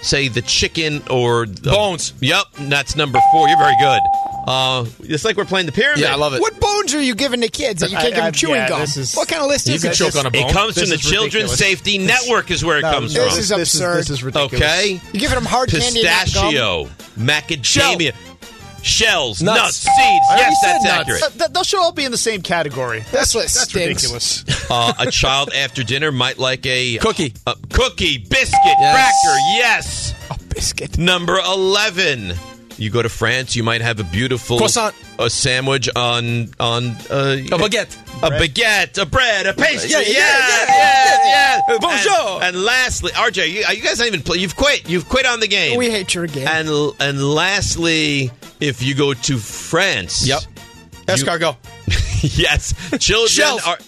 Speaker 2: say, the chicken or the,
Speaker 3: Bones.
Speaker 2: Yep, that's number four. You're very good. Uh, it's like we're playing the pyramid.
Speaker 3: Yeah, I love it.
Speaker 4: What bones are you giving to kids that you
Speaker 5: I-
Speaker 4: can't give
Speaker 5: I-
Speaker 4: them chewing
Speaker 5: yeah,
Speaker 4: gum?
Speaker 5: this is-
Speaker 4: what kind of list
Speaker 3: You
Speaker 4: is
Speaker 3: can
Speaker 4: this?
Speaker 3: choke on a bone.
Speaker 2: It comes from
Speaker 5: This
Speaker 2: the
Speaker 5: is
Speaker 2: Children's
Speaker 5: ridiculous.
Speaker 2: Safety Network is where it comes
Speaker 4: this
Speaker 2: from.
Speaker 4: is absurd.
Speaker 5: This is ridiculous.
Speaker 2: Okay.
Speaker 4: You're giving them hard candy and not
Speaker 2: Pistachio,
Speaker 4: gum.
Speaker 2: macadamia, shells,
Speaker 3: Nuts.
Speaker 2: nuts, seeds.
Speaker 3: I already
Speaker 2: Yes,
Speaker 3: said
Speaker 2: that's
Speaker 3: nuts.
Speaker 2: accurate.
Speaker 5: Th- th- those should all be in the same category.
Speaker 4: This list
Speaker 5: That's
Speaker 4: stinks.
Speaker 5: ridiculous.
Speaker 2: [laughs] Uh, a child after dinner might like a
Speaker 3: Cookie.
Speaker 2: a cookie, biscuit,
Speaker 3: Yes.
Speaker 2: cracker. Yes.
Speaker 4: A biscuit.
Speaker 2: Number eleven. You go to France, you might have a beautiful
Speaker 3: Croissant.
Speaker 2: a sandwich on on uh,
Speaker 3: A baguette.
Speaker 2: a baguette, a bread, a pastry.
Speaker 3: Yeah, yeah,
Speaker 2: yes,
Speaker 3: yeah,
Speaker 2: yes,
Speaker 3: yeah.
Speaker 2: yes.
Speaker 3: Bonjour.
Speaker 2: And, and lastly, RJ, you, you guys not even play. You've quit. You've quit on the game.
Speaker 4: We hate your game.
Speaker 2: And and lastly, if you go to France,
Speaker 3: Yep. Escargot.
Speaker 2: [laughs] yes, children
Speaker 3: Shells.
Speaker 2: are.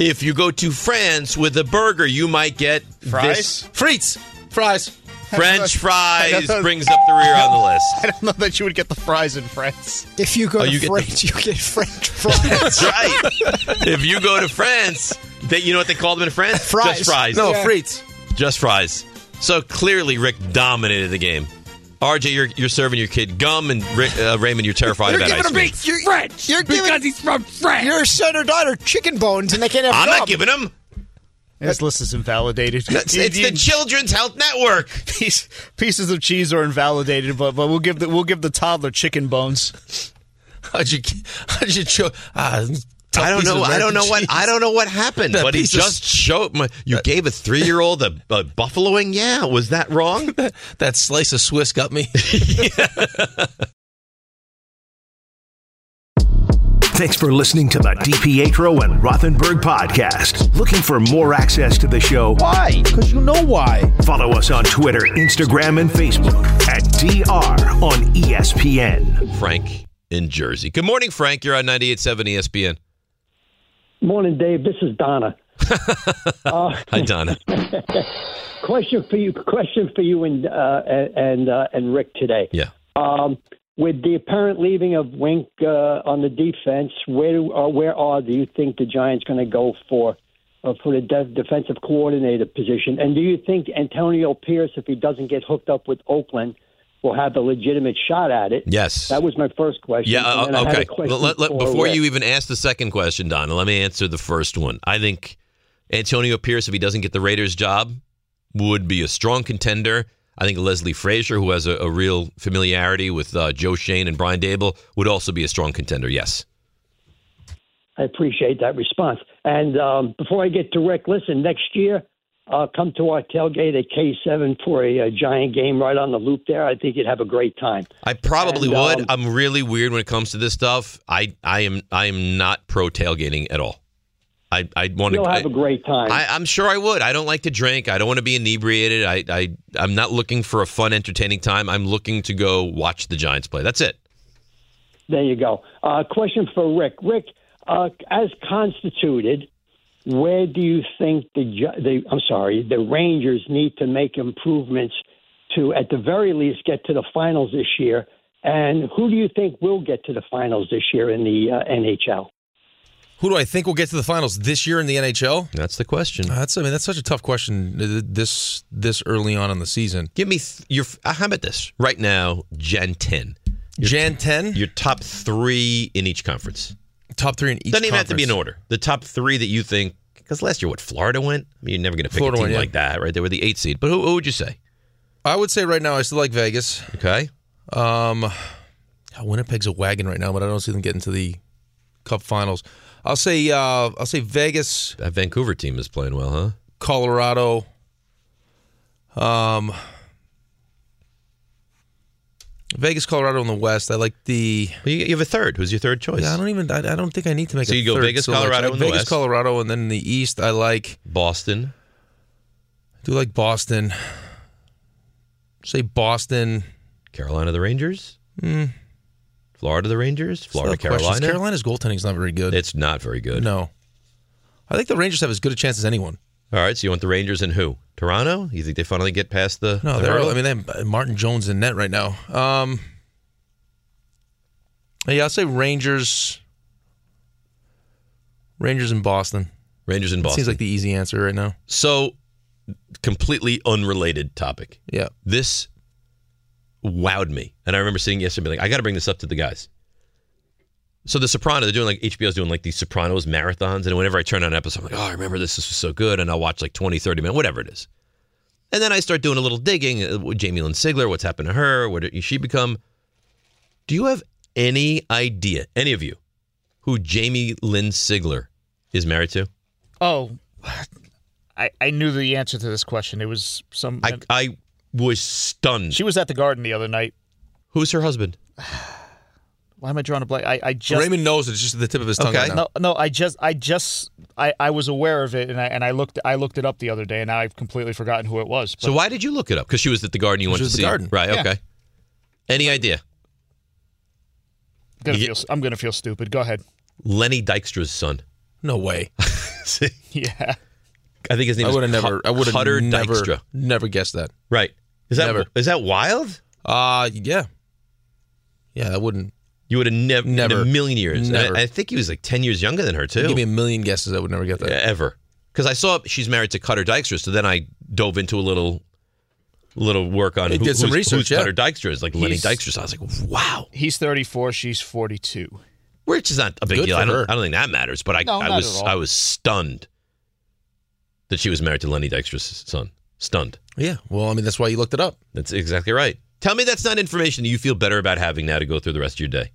Speaker 2: If you go to France with a burger, you might get
Speaker 5: Fries?
Speaker 2: This.
Speaker 3: Frites. Fries.
Speaker 2: French fries brings up the rear on the list.
Speaker 5: [laughs] I don't know that you would get the fries in France.
Speaker 4: If you go
Speaker 2: Oh,
Speaker 4: to
Speaker 2: you get the-
Speaker 4: France, you get French fries.
Speaker 2: That's right. if you go to
Speaker 3: [laughs]
Speaker 2: France, they, you know what they call them in France?
Speaker 4: Fries.
Speaker 2: Just fries.
Speaker 3: No, Fritz.
Speaker 2: Just fries. So clearly, Rick dominated the game. RJ, you're, you're serving your kid gum, and Rick, uh, Raymond, you're terrified of that ice cream.
Speaker 4: you're, French. You're giving, because he's from France. Your son or daughter chicken bones, and they can't
Speaker 2: [laughs]
Speaker 4: have.
Speaker 2: I'm
Speaker 4: gum.
Speaker 2: not giving
Speaker 5: [laughs]
Speaker 2: him.
Speaker 5: This list is invalidated.
Speaker 2: It's, it's the Children's Health Network.
Speaker 5: [laughs] piece, pieces of cheese are invalidated, but but we'll give the we'll give the toddler chicken bones.
Speaker 3: How'd you? How'd you? Cho- ah, tough
Speaker 2: I don't
Speaker 3: piece of
Speaker 2: know. I don't
Speaker 3: American
Speaker 2: know what.
Speaker 3: cheese.
Speaker 2: I don't know what happened.
Speaker 3: That
Speaker 2: but he
Speaker 3: piece of-
Speaker 2: just showed. My, you gave a three-year-old a, a buffalo wing. Yeah, was that wrong?
Speaker 3: [laughs] That slice of Swiss
Speaker 2: [laughs]
Speaker 3: got me.
Speaker 1: Thanks for listening to the DiPietro and Rothenberg podcast. Looking for more access to the show?
Speaker 8: Why? Because you know why.
Speaker 1: Follow us on Twitter, Instagram, and Facebook at DR on E ESPN.
Speaker 2: Frank in Jersey. Good morning, Frank. You're on 98.7 ESPN.
Speaker 9: Morning, Dave. This
Speaker 2: [laughs]
Speaker 9: is Donna. Uh, [laughs]
Speaker 2: Hi, Donna.
Speaker 9: Question for you. Question for you and uh, and uh, and Rick today.
Speaker 2: Yeah.
Speaker 9: Um, with the apparent leaving of Wink uh, on the defense, where do, or where are do you think the Giants going to go for uh, for the de- defensive coordinator position? And do you think Antonio Pierce, if he doesn't get hooked up with Oakland, will have a legitimate shot at it?
Speaker 2: Yes.
Speaker 9: That was my first question.
Speaker 2: Yeah.
Speaker 9: And then
Speaker 2: uh,
Speaker 9: I had a
Speaker 2: okay.
Speaker 9: question
Speaker 2: Let- let-
Speaker 9: for
Speaker 2: before
Speaker 9: Rick.
Speaker 2: you even ask the second question, Donna, let me answer the first one. I think Antonio Pierce, if he doesn't get the Raiders job, would be a strong contender. I think Leslie Frazier, who has a, a real familiarity with uh, Joe Shane and Brian Dable, would also be a strong contender. Yes.
Speaker 9: I appreciate that response. And um, before I get to Rick, listen, next year, uh, come to our tailgate at K7 for a, uh giant game right on the loop there. I think you'd have a great time.
Speaker 2: I probably
Speaker 9: And,
Speaker 2: would.
Speaker 9: um,
Speaker 2: I'm really weird when it comes to this stuff. I, I am I am not pro tailgating at all. I I want to.
Speaker 9: You'll have a great time.
Speaker 2: I, I'm sure I would. I don't like to drink. I don't want to be inebriated. I, I I'm not looking for a fun, entertaining time. I'm looking to go watch the Giants play. That's it.
Speaker 9: there you go. Uh, question for Rick. Rick, uh, as constituted, where do you think the, Gi- the I'm sorry, the Rangers need to make improvements to, at the very least, get to the finals this year? And who do you think will get to the finals this year in the uh, NHL?
Speaker 3: Who do I think will get to the finals this year in the NHL?
Speaker 2: That's the question.
Speaker 3: That's I mean that's such a tough question uh, this this early on in the season.
Speaker 2: Give me th- your. uh, How about this right now, Gen ten.
Speaker 3: Jan ten,
Speaker 2: Your top three in each conference.
Speaker 3: top three in each.
Speaker 2: Doesn't even have to be in
Speaker 3: conference.
Speaker 2: order. The top three that you think. Because last year, what Florida went. I mean, you're never going to pick
Speaker 3: Florida
Speaker 2: a team
Speaker 3: went, yeah.
Speaker 2: like that, right? They were the eight seed. But who, who would you say?
Speaker 3: I would say right now I still like Vegas.
Speaker 2: Okay.
Speaker 3: Um, God, Winnipeg's a wagon right now, but I don't see them getting to the Cup Finals. I'll say uh, I'll say Vegas,
Speaker 2: That Vancouver team is playing well, huh?
Speaker 3: Colorado. Um, Vegas, Colorado in the West. I like the.
Speaker 2: Well, you, you have a third. Who's your third choice?
Speaker 3: Yeah, I don't even. I, I don't think I need to make.
Speaker 2: So
Speaker 3: a
Speaker 2: you go
Speaker 3: third
Speaker 2: Vegas,
Speaker 3: much.
Speaker 2: Colorado in
Speaker 3: I-
Speaker 2: the
Speaker 3: Vegas,
Speaker 2: West.
Speaker 3: Colorado, and then in the East. I like.
Speaker 2: Boston.
Speaker 3: I do like Boston. Say Boston.
Speaker 2: Carolina the Rangers?
Speaker 3: Hmm.
Speaker 2: Florida the Rangers? Florida,
Speaker 3: Still have questions.
Speaker 2: Carolina?
Speaker 3: Carolina's goaltending's not very good.
Speaker 2: It's not very good.
Speaker 3: no, I think the Rangers have as good a chance as anyone.
Speaker 2: All right, so you want the Rangers and who? Toronto? You think they finally get past the.
Speaker 3: No,
Speaker 2: the
Speaker 3: they're.
Speaker 2: hurdle?
Speaker 3: I mean, they have uh, Martin Jones in net right now. Um, yeah, I'll say Rangers. Rangers in Boston.
Speaker 2: Rangers and
Speaker 3: That
Speaker 2: Boston.
Speaker 3: Seems like the easy answer right now.
Speaker 2: so, completely unrelated topic.
Speaker 3: Yeah.
Speaker 2: This wowed me. And I remember sitting yesterday and being like, I got to bring this up to the guys. So the Sopranos, they're doing like HBO's doing like these Sopranos marathons, and whenever I turn on an episode, I'm like, oh, I remember this. This was so good, and I'll watch like 20, 30 minutes, whatever it is. And then I start doing a little digging. uh, with Jamie Lynn Sigler, what's happened to her? What did she become? Do you have any idea, any of you, who Jamie Lynn Sigler is married to?
Speaker 5: Oh, I I knew the answer to this question. It was some.
Speaker 2: I I was stunned.
Speaker 5: she was at the garden the other night.
Speaker 2: Who's her husband?
Speaker 5: Why am I drawing a blank? I I just
Speaker 3: Raymond knows it. it's just at the tip of his tongue
Speaker 2: Okay.
Speaker 3: right now.
Speaker 5: No, no, I just, I just, I, I was aware of it, and I, and I looked, I looked it up the other day, and now I've completely forgotten who it was. But
Speaker 2: So why did you look it up? Because she was at the garden. You went
Speaker 3: was
Speaker 2: to
Speaker 3: at the
Speaker 2: see
Speaker 3: garden.
Speaker 2: right?
Speaker 5: Yeah.
Speaker 2: Okay. Any idea?
Speaker 5: I'm gonna
Speaker 2: you-
Speaker 5: feel, s- I'm gonna feel stupid. Go ahead.
Speaker 2: Lenny Dykstra's son.
Speaker 3: No way.
Speaker 2: [laughs] See,
Speaker 5: Yeah,
Speaker 2: I think his name
Speaker 3: I
Speaker 2: is
Speaker 3: would have never. I would have
Speaker 2: Hutter
Speaker 3: never.
Speaker 2: Dykstra.
Speaker 3: Never guessed that.
Speaker 2: Right. Is that is that wild?
Speaker 3: Uh yeah. Yeah, that wouldn't.
Speaker 2: You would have never,
Speaker 3: Never.
Speaker 2: in a million years. And I-
Speaker 3: Never.
Speaker 2: I, think he was like ten years younger than her too.
Speaker 3: Give me a million guesses, I would never get that.
Speaker 2: ever. Because I saw she's married to Cutter Dykstra, so then I dove into a little little work on
Speaker 3: They did some
Speaker 2: who's,
Speaker 3: research,
Speaker 2: who's
Speaker 3: yeah.
Speaker 2: Cutter Dykstra is, like Lenny
Speaker 5: He's-
Speaker 2: Dykstra. So I was like, wow,
Speaker 5: He's 34, she's 42.
Speaker 2: which is not a big
Speaker 3: Good
Speaker 2: deal. I
Speaker 3: for
Speaker 2: don't,
Speaker 3: her.
Speaker 2: I don't think that matters. But I,
Speaker 5: No,
Speaker 2: I
Speaker 5: not
Speaker 2: was
Speaker 5: at all.
Speaker 2: I was stunned that she was married to Lenny Dykstra's son. Stunned.
Speaker 3: Yeah. Well, I mean, that's why you looked it up.
Speaker 2: That's exactly right. Tell me that's not information that you feel better about having now to go through the rest of your day.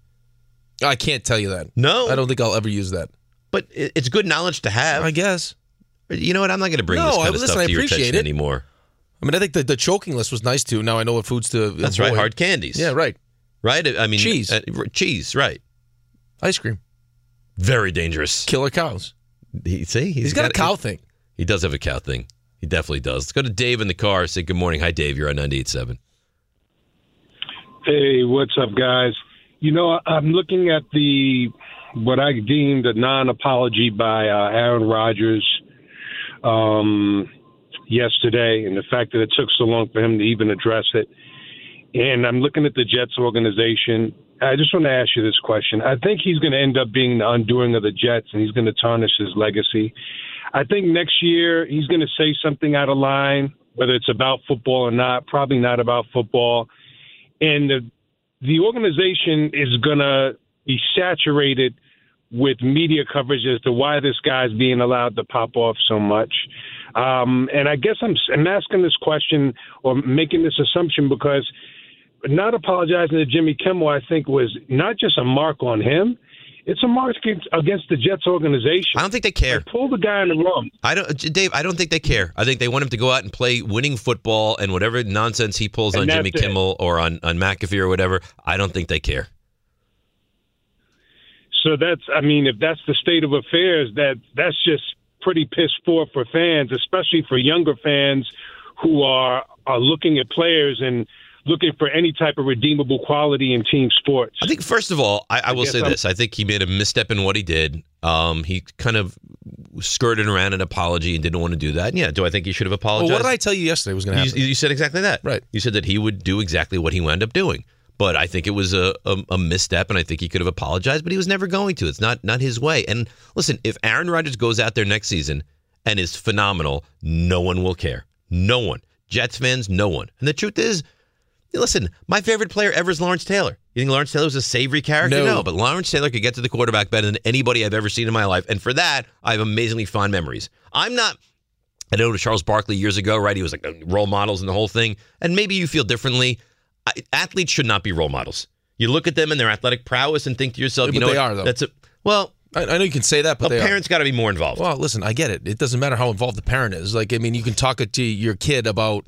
Speaker 3: I can't tell you that.
Speaker 2: No,
Speaker 3: I don't think I'll ever use that.
Speaker 2: But it- it's good knowledge to have.
Speaker 3: I guess.
Speaker 2: You know what? I'm not going to bring
Speaker 3: No,
Speaker 2: this
Speaker 3: I-
Speaker 2: kind of
Speaker 3: listen,
Speaker 2: stuff
Speaker 3: I
Speaker 2: to your
Speaker 3: appreciate
Speaker 2: attention
Speaker 3: it.
Speaker 2: anymore.
Speaker 3: I mean, I think the, the choking list was nice too. Now I know what foods to.
Speaker 2: That's right.
Speaker 3: avoid.
Speaker 2: Hard candies.
Speaker 3: Yeah, right.
Speaker 2: Right. I mean,
Speaker 3: Cheese.
Speaker 2: uh, r- cheese. Right.
Speaker 3: Ice cream.
Speaker 2: Very dangerous.
Speaker 3: Killer cows.
Speaker 2: He, see,
Speaker 3: He's got, a cow
Speaker 2: He,
Speaker 3: thing.
Speaker 2: he does have a cow thing. He definitely does. Let's go to Dave in the car. Say good morning. Hi, Dave. You're on 98.7.
Speaker 10: Hey, what's up, guys? You know, I- I'm looking at the what I deemed a non-apology by uh, Aaron Rodgers um, yesterday, and the fact that it took so long for him to even address it. And I'm looking at the Jets organization. I just want to ask you this question. I think he's going to end up being the undoing of the Jets, and he's going to tarnish his legacy. I think next year he's going to say something out of line, whether it's about football or not. Probably not about football and the the organization is gonna be saturated with media coverage as to why this guy's being allowed to pop off so much. Um, and I guess I'm, I'm asking this question or making this assumption because not apologizing to Jimmy Kimmel, I think, was not just a mark on him. It's a mark against- against the Jets organization.
Speaker 2: I don't think they care.
Speaker 10: Pull the guy in the room.
Speaker 2: I don't, J- Dave. I don't think they care. I think they want him to go out and play winning football and whatever nonsense he pulls
Speaker 10: And
Speaker 2: on Jimmy
Speaker 10: that's it.
Speaker 2: Kimmel or on on McAfee or whatever. I don't think they care.
Speaker 10: So that's, I mean, if that's the state of affairs, that that's just pretty piss poor for fans, especially for younger fans who are are looking at players and looking for any type of redeemable quality in team sports.
Speaker 2: I think first of all, I, I will
Speaker 10: guess
Speaker 2: say
Speaker 10: I'm-
Speaker 2: this: I think he made a misstep in what he did. Um, he kind of skirted around an apology and didn't want to do that. And yeah, do I think he should have
Speaker 3: Well,
Speaker 2: apologized?
Speaker 3: what did I tell you yesterday was going to happen?
Speaker 2: You, you said exactly that.
Speaker 3: Right.
Speaker 2: You said that he would do exactly what he wound up doing. But I think it was a, a, a misstep, and I think he could have apologized, but he was never going to. It's not not his way. And listen, if Aaron Rodgers goes out there next season and is phenomenal, no one will care. No one. Jets fans, no one. And the truth is, listen, my favorite player ever is Lawrence Taylor. You think Lawrence Taylor was a savory character?
Speaker 3: No.
Speaker 2: but Lawrence Taylor could get to the quarterback better than anybody I've ever seen in my life. And for that, I have amazingly fond memories. I'm not I know Charles Barkley years ago, right? He was like uh, role models and the whole thing. And maybe you feel differently. I, athletes should not be role models. You look at them and their athletic prowess and think to yourself,
Speaker 3: Yeah,
Speaker 2: you
Speaker 3: but
Speaker 2: know,
Speaker 3: they
Speaker 2: what?
Speaker 3: are, though.
Speaker 2: That's a well.
Speaker 3: I, I know you can say that, but
Speaker 2: a
Speaker 3: they
Speaker 2: parent's got to be more involved.
Speaker 3: are. Well, listen, I get it. It doesn't matter how involved the parent is. Like, I mean, you can talk to your kid about,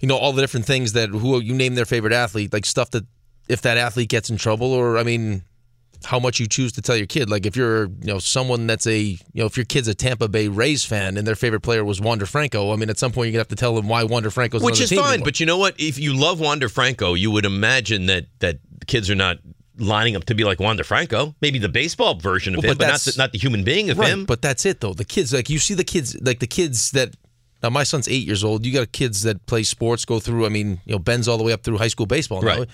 Speaker 3: you know, all the different things that who you name their favorite athlete, like stuff that if that athlete gets in trouble, or I mean, how much you choose to tell your kid. Like, if you're, you know, someone that's a, you know, if your kid's a Tampa Bay Rays fan and their favorite player was Wander Franco, I mean, at some point you're gonna have to tell them why Wander Franco's
Speaker 2: Which
Speaker 3: not on
Speaker 2: is
Speaker 3: the team
Speaker 2: fine,
Speaker 3: anymore.
Speaker 2: but you know what? If you love Wander Franco, you would imagine that that kids are not lining up to be like Wander Franco. Maybe the baseball version of
Speaker 3: Well,
Speaker 2: him, but
Speaker 3: but
Speaker 2: not
Speaker 3: that's-
Speaker 2: the, not the human being of
Speaker 3: Right,
Speaker 2: him.
Speaker 3: But that's it though. The kids, like you see the kids, like the kids that now my son's eight years old. You got kids that play sports, go through. I mean, you know, Ben's all the way up through high school baseball. now.
Speaker 2: Right.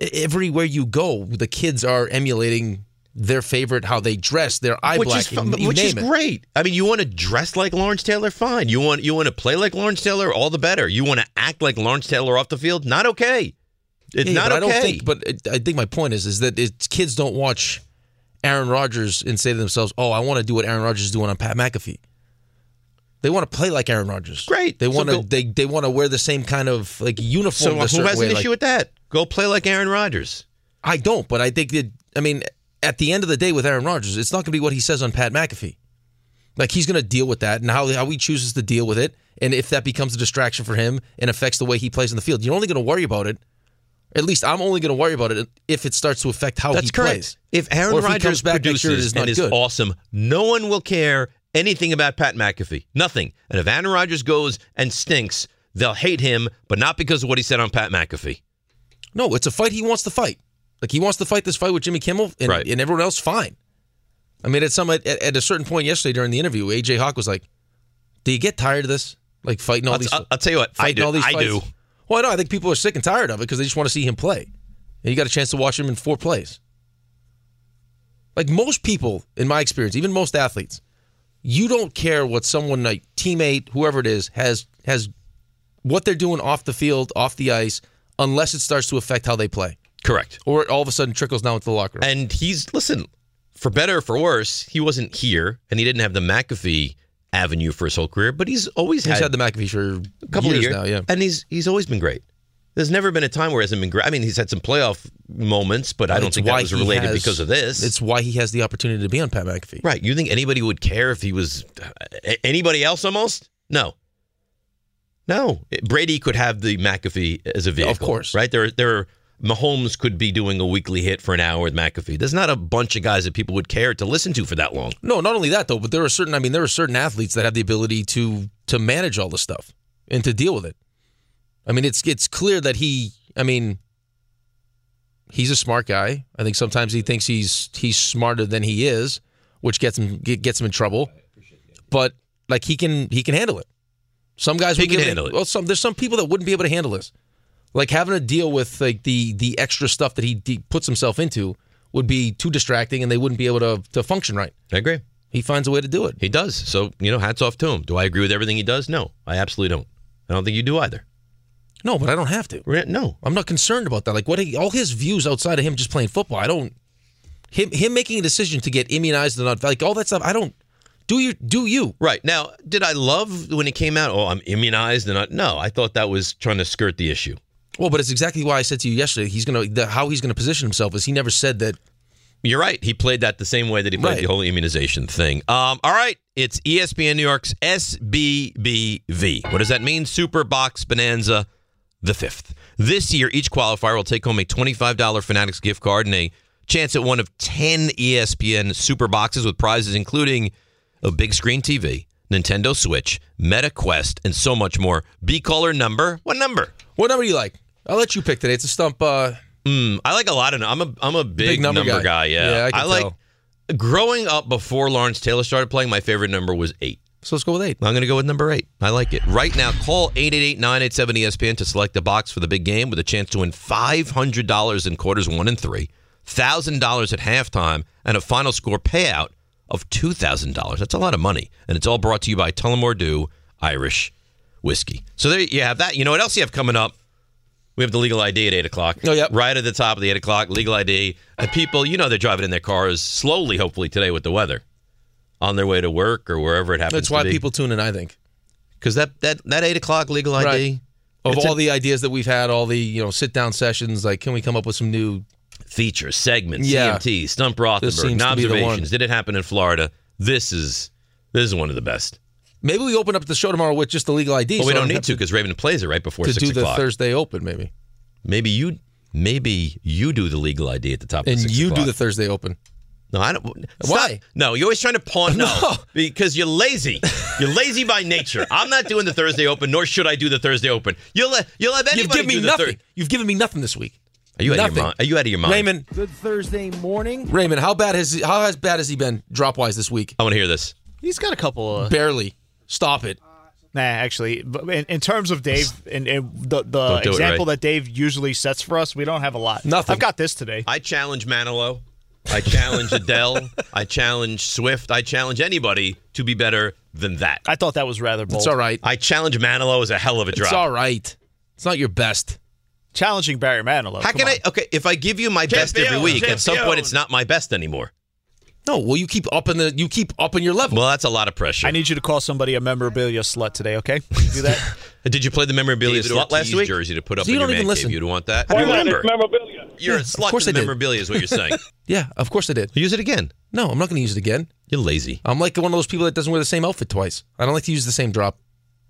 Speaker 3: E- Everywhere you go, the kids are emulating their favorite, how they dress, their eye
Speaker 2: which
Speaker 3: black,
Speaker 2: is fun,
Speaker 3: you-
Speaker 2: but
Speaker 3: you
Speaker 2: which is
Speaker 3: name it.
Speaker 2: great. I mean, you want to dress like Lawrence Taylor, fine. You want you want to play like Lawrence Taylor, all the better. You want to act like Lawrence Taylor off the field, not okay. It's
Speaker 3: Yeah,
Speaker 2: not
Speaker 3: but
Speaker 2: okay.
Speaker 3: I don't think, but it- I think my point is, is that it's, kids don't watch Aaron Rodgers and say to themselves, "Oh, I want to do what Aaron Rodgers is doing on Pat McAfee." They want to play like Aaron Rodgers.
Speaker 2: Great.
Speaker 3: They
Speaker 2: So
Speaker 3: want to.
Speaker 2: go-
Speaker 3: they they want to wear the same kind of like
Speaker 2: so.
Speaker 3: uniform. in a
Speaker 2: Who
Speaker 3: certain
Speaker 2: has
Speaker 3: way,
Speaker 2: an
Speaker 3: like-
Speaker 2: issue with that? Go play like Aaron Rodgers.
Speaker 3: I don't, but I think that I mean at the end of the day with Aaron Rodgers, it's not going to be what he says on Pat McAfee. Like he's going to deal with that and how how he chooses to deal with it, and if that becomes a distraction for him and affects the way he plays on the field, you're only going to worry about it. At least I'm only going to worry about it if it starts to affect how
Speaker 2: That's
Speaker 3: he
Speaker 2: correct.
Speaker 3: plays.
Speaker 2: If Aaron
Speaker 3: Or if he
Speaker 2: Rodgers
Speaker 3: comes back next
Speaker 2: produces
Speaker 3: year, it is
Speaker 2: and
Speaker 3: not
Speaker 2: is
Speaker 3: good.
Speaker 2: awesome, no one will care anything about Pat McAfee. Nothing. And if Aaron Rodgers goes and stinks, they'll hate him, but not because of what he said on Pat McAfee.
Speaker 3: No, it's a fight he wants to fight. Like he wants to fight this fight with Jimmy Kimmel and,
Speaker 2: Right.
Speaker 3: and everyone else. Fine. I mean, at some at, at a certain point yesterday during the interview, AJ Hawk was like, "Do you get tired of this? Like fighting all
Speaker 2: I'll,
Speaker 3: these?
Speaker 2: I'll- I'll tell you what. I
Speaker 3: fighting
Speaker 2: do.
Speaker 3: all these
Speaker 2: I
Speaker 3: fights.
Speaker 2: do.
Speaker 3: Well, no, I think people are sick and tired of it because they just want to see him play. And you got a chance to watch him in four plays. Like most people, in my experience, even most athletes, you don't care what someone, like teammate, whoever it is, has has what they're doing off the field, off the ice, unless it starts to affect how they play.
Speaker 2: Correct.
Speaker 3: Or it all of a sudden trickles down into the locker room.
Speaker 2: And he's listen, for better or for worse, he wasn't here and he didn't have the McAfee avenue for his whole career, but he's always
Speaker 3: He's had the McAfee for
Speaker 2: a couple
Speaker 3: years
Speaker 2: of years
Speaker 3: now, yeah.
Speaker 2: And he's he's always been great. There's never been a time where he hasn't been great. I mean, he's had some playoff moments, but I don't
Speaker 3: It's
Speaker 2: think that
Speaker 3: why
Speaker 2: was
Speaker 3: he
Speaker 2: related
Speaker 3: has-
Speaker 2: because of this.
Speaker 3: It's why he has the opportunity to be on Pat McAfee.
Speaker 2: Right. You think anybody would care if he was a- anybody else almost? No. No. Brady could have the McAfee as a vehicle. Of course. Right? There there are Mahomes could be doing a weekly hit for an hour with McAfee. There's not a bunch of guys that people would care to listen to for that long.
Speaker 3: No, not only that though, but there are certain. I mean, there are certain athletes that have the ability to to manage all this stuff and to deal with it. I mean, it's it's clear that he. I mean, he's a smart guy. I think sometimes he thinks he's he's smarter than he is, which gets him get- gets him in trouble. But like he can he can handle it. Some guys
Speaker 2: He
Speaker 3: wouldn't
Speaker 2: can
Speaker 3: be able to-
Speaker 2: handle it.
Speaker 3: Well, some there's some people that wouldn't be able to handle this. Like having to deal with like the the extra stuff that he de- puts himself into would be too distracting, and they wouldn't be able to to function right.
Speaker 2: I agree.
Speaker 3: He finds a way to do it.
Speaker 2: He does. So, you know, hats off to him. Do I agree with everything he does? No. I absolutely don't. I don't think you do either.
Speaker 3: No, but I don't have to.
Speaker 2: No,
Speaker 3: I'm not concerned about that. Like what he, all his views outside of him just playing football. I don't him him making a decision to get immunized or not. Like all that stuff. I don't do you do you
Speaker 2: Right. Now, did I love when it came out, oh, I'm immunized and I, no, I thought that was trying to skirt the issue.
Speaker 3: Well, but it's exactly why I said to you yesterday. He's gonna the, how he's gonna position himself is he never said that.
Speaker 2: You're right. He played that the same way that he played
Speaker 3: Right.
Speaker 2: the whole immunization thing. Um, all right. It's ESPN New York's SBBV. What does that mean? Super Box Bonanza the fifth. This year, each qualifier will take home a $25 Fanatics gift card and a chance at one of E 10 ESPN Super Boxes with prizes including a big screen TV, Nintendo Switch, Meta Quest, and so much more. Be caller number. What number?
Speaker 3: What number do you like? I'll let you pick today. It's a stump. Uh,
Speaker 2: Mm, I like a lot of. I'm a I'm a big,
Speaker 3: Big
Speaker 2: number, guy.
Speaker 3: number guy.
Speaker 2: Yeah,
Speaker 3: Yeah, I can
Speaker 2: like
Speaker 3: tell.
Speaker 2: growing up before Lawrence Taylor started playing. My favorite number was eight.
Speaker 3: So let's go with eight.
Speaker 2: I'm going to go with number eight. I like it. Right now, call 888-987-ESPN to select the box for the big game with a chance to win $500 in quarters one and three, $1,000 at halftime, and a final score payout of $2,000. That's a lot of money. And it's all brought to you by Tullamore Dew Irish Whiskey. So there you have that. You know what else you have coming up? We have the legal ID at 8 o'clock. Oh, yeah. Right at the top of the 8 o'clock, legal ID. And people, you know, they're driving in their cars slowly, hopefully, today with the weather on their way to work or wherever it happens
Speaker 3: that's
Speaker 2: to
Speaker 3: why
Speaker 2: be.
Speaker 3: people tune in. I think
Speaker 2: because that that that eight o'clock legal ID
Speaker 3: Right. Of
Speaker 2: it's
Speaker 3: all
Speaker 2: a-
Speaker 3: the ideas that we've had, all the you know sit down sessions, like can we come up with some new
Speaker 2: features, segments,
Speaker 3: Yeah.
Speaker 2: CMT, Stump
Speaker 3: This seems
Speaker 2: Rothenberg,
Speaker 3: to be the
Speaker 2: observations.
Speaker 3: one.
Speaker 2: Did it happen in Florida? This is this is one of the best.
Speaker 3: Maybe we open up the show tomorrow with just the legal ID.
Speaker 2: Well, we
Speaker 3: so I
Speaker 2: don't need
Speaker 3: have
Speaker 2: to because Raven plays it right before
Speaker 3: to
Speaker 2: six
Speaker 3: do the
Speaker 2: o'clock.
Speaker 3: Thursday open. Maybe
Speaker 2: maybe you maybe you do the legal ID at the top,
Speaker 3: and
Speaker 2: of six
Speaker 3: you
Speaker 2: o'clock.
Speaker 3: do the Thursday open.
Speaker 2: No, I don't.
Speaker 3: Why?
Speaker 2: Stop. No, you're always trying to
Speaker 3: [laughs]
Speaker 2: pawn. No, because you're lazy. You're lazy by nature. I'm not doing the Thursday Open, nor should I do the Thursday Open. You'll let you'll have anybody
Speaker 3: You've given
Speaker 2: do
Speaker 3: me
Speaker 2: the
Speaker 3: nothing.
Speaker 2: Thir-
Speaker 3: You've given me nothing this week.
Speaker 2: Are you out of your
Speaker 3: Nothing.
Speaker 2: mind? Are you out of your mind?
Speaker 3: Raymond,
Speaker 8: Good Thursday morning.
Speaker 3: Raymond, how bad has how has bad has he been drop wise this week?
Speaker 2: I want to hear this.
Speaker 5: He's got a couple of.
Speaker 3: Barely. Stop it.
Speaker 5: Nah, actually, but in, in terms of Dave and, and the, the
Speaker 2: Don't do it,
Speaker 5: example
Speaker 2: Ray.
Speaker 5: that Dave usually sets for us, we don't have a lot.
Speaker 3: Nothing.
Speaker 5: I've got this today.
Speaker 2: I challenge Manilow. I challenge Adele. I challenge Swift. I challenge anybody to be better than that.
Speaker 5: I thought that was rather bold.
Speaker 3: It's all right.
Speaker 2: I challenge Manilow is a hell of a drop.
Speaker 3: It's all right. It's not your best.
Speaker 5: Challenging Barry Manilow.
Speaker 2: How
Speaker 5: come
Speaker 2: can
Speaker 5: on.
Speaker 2: I? Okay, if I give you my best every
Speaker 5: Champion,
Speaker 2: week, at some point
Speaker 5: champion.
Speaker 2: it's not my best anymore.
Speaker 3: No, well you keep upping the you keep upping your level.
Speaker 2: Well, that's a lot of pressure.
Speaker 5: I need you to call somebody a memorabilia slut today, okay? Can you do that?
Speaker 2: Did you play the memorabilia
Speaker 3: David
Speaker 2: slut last
Speaker 3: Ortiz
Speaker 2: week?
Speaker 3: jersey
Speaker 2: to put
Speaker 3: up So you in your don't man even cave. listen.
Speaker 2: You'd
Speaker 3: You'd
Speaker 2: want that.
Speaker 6: Why not?
Speaker 2: remember?
Speaker 6: It's memorabilia.
Speaker 2: You're a
Speaker 3: Yeah, of
Speaker 2: slut
Speaker 3: course
Speaker 2: to
Speaker 3: I
Speaker 2: the
Speaker 3: did.
Speaker 2: memorabilia is what you're saying.
Speaker 3: [laughs] yeah, of course I did.
Speaker 2: Use it again.
Speaker 3: No, I'm not gonna use it again.
Speaker 2: You're lazy.
Speaker 3: I'm like one of those people that doesn't wear the same outfit twice. I don't like to use the same drop.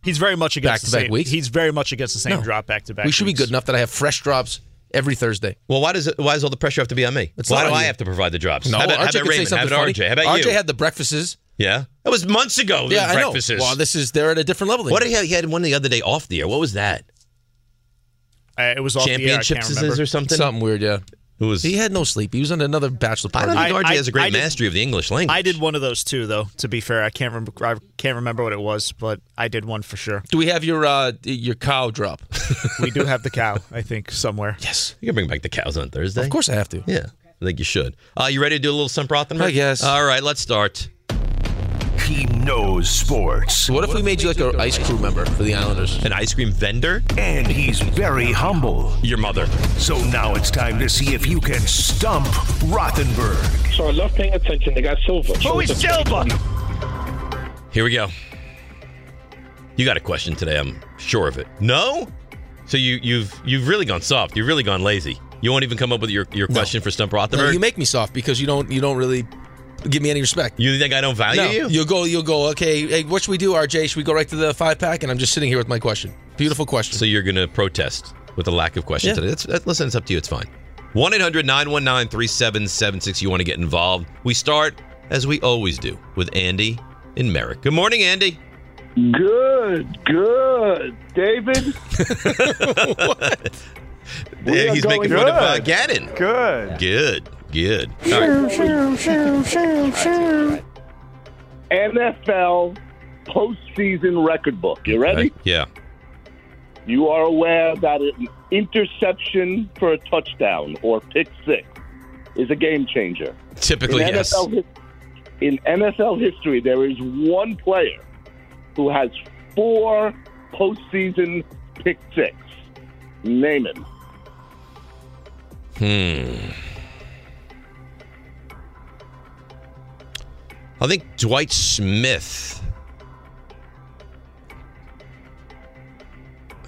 Speaker 5: He's very much against the
Speaker 3: Back-to-back
Speaker 5: same.
Speaker 3: weeks?
Speaker 5: He's very much against the same
Speaker 3: No.
Speaker 5: drop back to back.
Speaker 3: we should be good enough that I have fresh drops every Thursday.
Speaker 2: Well, why does it, why does all the pressure have to be on me?
Speaker 3: It's
Speaker 2: why
Speaker 3: not
Speaker 2: do
Speaker 3: on
Speaker 2: I
Speaker 3: you.
Speaker 2: have to provide the drops?
Speaker 3: No,
Speaker 2: how about,
Speaker 3: RJ
Speaker 2: how about
Speaker 3: could
Speaker 2: Raymond?
Speaker 3: say
Speaker 2: How
Speaker 3: something
Speaker 2: about
Speaker 3: funny.
Speaker 2: RJ? How about you?
Speaker 3: RJ had the breakfasts.
Speaker 2: yeah, that was months ago.
Speaker 3: Yeah, I know.
Speaker 2: breakfasts.
Speaker 3: Well, this is they're at a different level. than
Speaker 2: What did he
Speaker 3: you.
Speaker 2: have? He had one the other day off the air. What was that?
Speaker 5: Uh, it was off the air. I can't
Speaker 2: Championships
Speaker 5: remember.
Speaker 2: or something?
Speaker 3: Something weird, yeah.
Speaker 2: Who was
Speaker 3: he had no sleep. He was on another bachelor party.
Speaker 2: I think RJ has a great
Speaker 5: did-
Speaker 2: mastery of the [laughs] English language.
Speaker 5: I did one of those too, though. To be fair, I can't remember. I can't remember what it was, but I did one for sure.
Speaker 3: Do we have your uh, your cow drop?
Speaker 5: we
Speaker 3: [laughs]
Speaker 5: do have the cow, I think, somewhere.
Speaker 3: Yes.
Speaker 2: You can bring back the cows on Thursday.
Speaker 3: Of course I have to.
Speaker 2: Yeah, I think you should. Uh, you ready to do a little Semprothenberg?
Speaker 3: I guess.
Speaker 2: All right, let's start.
Speaker 1: He knows sports.
Speaker 3: What if we made you like an ice crew member for the Islanders?
Speaker 2: An ice cream vendor?
Speaker 1: And he's very humble.
Speaker 2: Your mother.
Speaker 1: So now it's time to see if you can stump Rothenberg.
Speaker 10: So I love paying attention. They got silver.
Speaker 1: Who is Silva?
Speaker 2: Here we go. You got a question today, I'm sure of it. No? So you, you've you've really gone soft. You've really gone lazy. You won't even come up with your, your question for Stump Rothenberg.
Speaker 3: No, you make me soft because you don't you don't really give me any respect.
Speaker 2: You think I don't value
Speaker 3: No,
Speaker 2: you?
Speaker 3: will go. You'll go. Okay, hey, what should we do, RJ? Should we go right to the five pack? And I'm just sitting here with my question. Beautiful question.
Speaker 2: So you're going to protest with a lack of questions
Speaker 3: Yeah.
Speaker 2: today. That's, that, listen, it's up to you. It's fine. 1 800 919 3776. You want to get involved. We start, as we always do, with Andy in Merrick. Good morning, Andy. [laughs]
Speaker 10: Good, good, David.
Speaker 2: Yeah, he's making fun of uh, Gannon.
Speaker 10: Good.
Speaker 2: Good, good. All right.
Speaker 10: NFL postseason record book. You ready?
Speaker 2: Okay. Yeah.
Speaker 10: You are aware that an interception for a touchdown or pick six is a game changer.
Speaker 2: Typically, yes.
Speaker 10: NFL, his- in NFL history, there is one player who has four postseason pick six. Name him.
Speaker 2: Hmm. I think Dwight Smith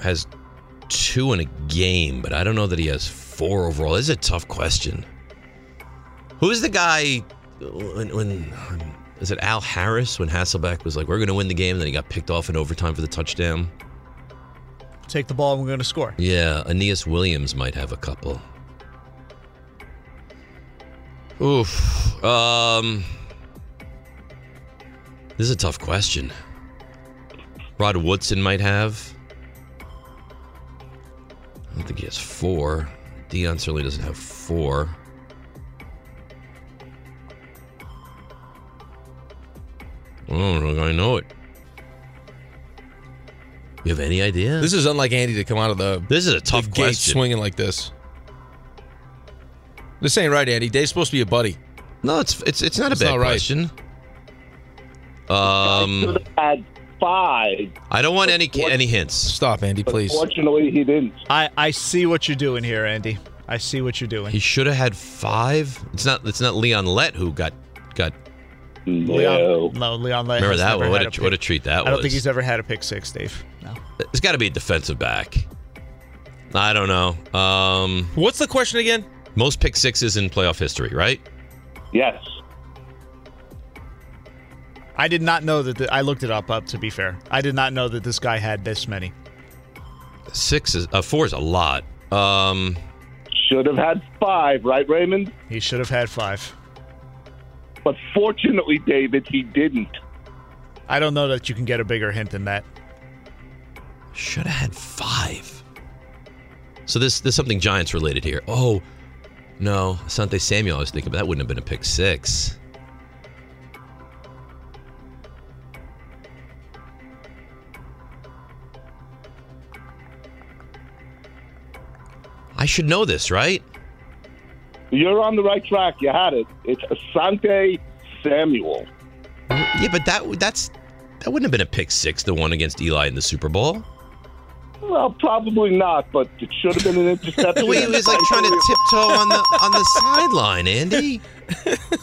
Speaker 2: has two in a game, but I don't know that he has four overall. This is a tough question. Who's the guy when, when um, is it Al Harris when Hasselbeck was like, "We're going to win the game," and then he got picked off in overtime for the touchdown?
Speaker 5: Take the ball, and we're going to score.
Speaker 2: Yeah, Aeneas Williams might have a couple. Oof. Um, this is a tough question. Rod Woodson might have. I don't think he has four. Dion certainly doesn't have four. Oh, I know it. You have any idea?
Speaker 3: this is unlike Andy to come out of the
Speaker 2: This is a tough
Speaker 3: the gate
Speaker 2: question.
Speaker 3: swinging like this. This ain't right, Andy. Dave's supposed to be a buddy.
Speaker 2: No, it's it's it's not a
Speaker 3: It's
Speaker 2: bad
Speaker 3: not right.
Speaker 2: question. [laughs] Um,
Speaker 10: Had five.
Speaker 2: I don't want any any hints.
Speaker 3: Stop, Andy, please.
Speaker 10: Fortunately, he didn't.
Speaker 5: I I see what you're doing here, Andy. I see what you're doing.
Speaker 2: He should have had five. It's not it's not Leon Lett who got got.
Speaker 10: No.
Speaker 5: Leon, no, Leon. Lett
Speaker 2: Remember
Speaker 5: has
Speaker 2: that
Speaker 5: never
Speaker 2: one? What
Speaker 5: had
Speaker 2: a, what a
Speaker 5: pick-
Speaker 2: treat that
Speaker 5: I don't
Speaker 2: was.
Speaker 5: think he's ever had a pick six, Dave. No.
Speaker 2: it's got to be a defensive back. I don't know. Um,
Speaker 3: What's the question again?
Speaker 2: most pick sixes in playoff history, right?
Speaker 10: Yes.
Speaker 5: I did not know that. The, I looked it up. Up to be fair, I did not know that this guy had this many.
Speaker 2: Six is uh, four is a lot. Um,
Speaker 10: Should have had five, right, Raymond?
Speaker 5: He should have had five.
Speaker 10: But fortunately, David, he didn't.
Speaker 5: I don't know that you can get a bigger hint than that.
Speaker 2: should have had five. So this there's something Giants related here. Oh no, Asante Samuel. I was thinking, but that wouldn't have been a pick six. I should know this, right?
Speaker 10: You're on the right track. You had it. It's Asante Samuel.
Speaker 2: Yeah, but that that's that wouldn't have been a pick six, the one against Eli in the Super Bowl.
Speaker 10: Well, probably not, but it should
Speaker 2: [laughs]
Speaker 10: have been an
Speaker 2: The
Speaker 10: interception.
Speaker 2: way he was like trying
Speaker 3: [laughs]
Speaker 2: to tiptoe on the on the sideline, Andy.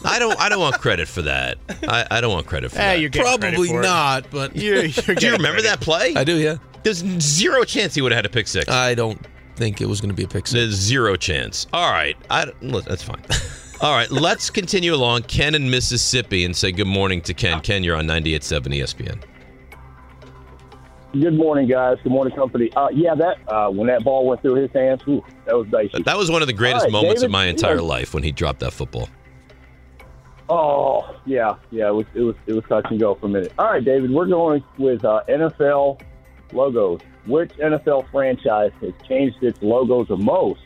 Speaker 2: I don't I don't want credit for that. I, I don't want credit for
Speaker 5: Eh,
Speaker 2: that.
Speaker 5: you're getting credit
Speaker 3: Probably
Speaker 5: for it.
Speaker 3: not, but
Speaker 5: [laughs] You're, you're
Speaker 2: Do
Speaker 5: getting
Speaker 2: you remember that
Speaker 5: credit.
Speaker 2: play?
Speaker 3: I do. Yeah,
Speaker 2: There's zero chance he would have had a pick six.
Speaker 3: I don't think it was going to be a pick six.
Speaker 2: There's zero chance. All right, I don't- look, that's fine. [laughs] All right, let's continue along. Ken in Mississippi and say good morning to Ken. Ken, you're on 98.7 ESPN.
Speaker 10: Good morning, guys. Good morning, company. Uh, yeah, that uh, when that ball went through his hands, ooh, that was dicey.
Speaker 2: That was one of the greatest
Speaker 10: All right,
Speaker 2: moments of
Speaker 10: David,
Speaker 2: my entire
Speaker 10: yeah.
Speaker 2: life when he dropped that football.
Speaker 10: Oh, yeah, yeah. It was it was it was touch and go for a minute. All right, David, we're going with uh, NFL logos. Which NFL franchise has changed its logos the most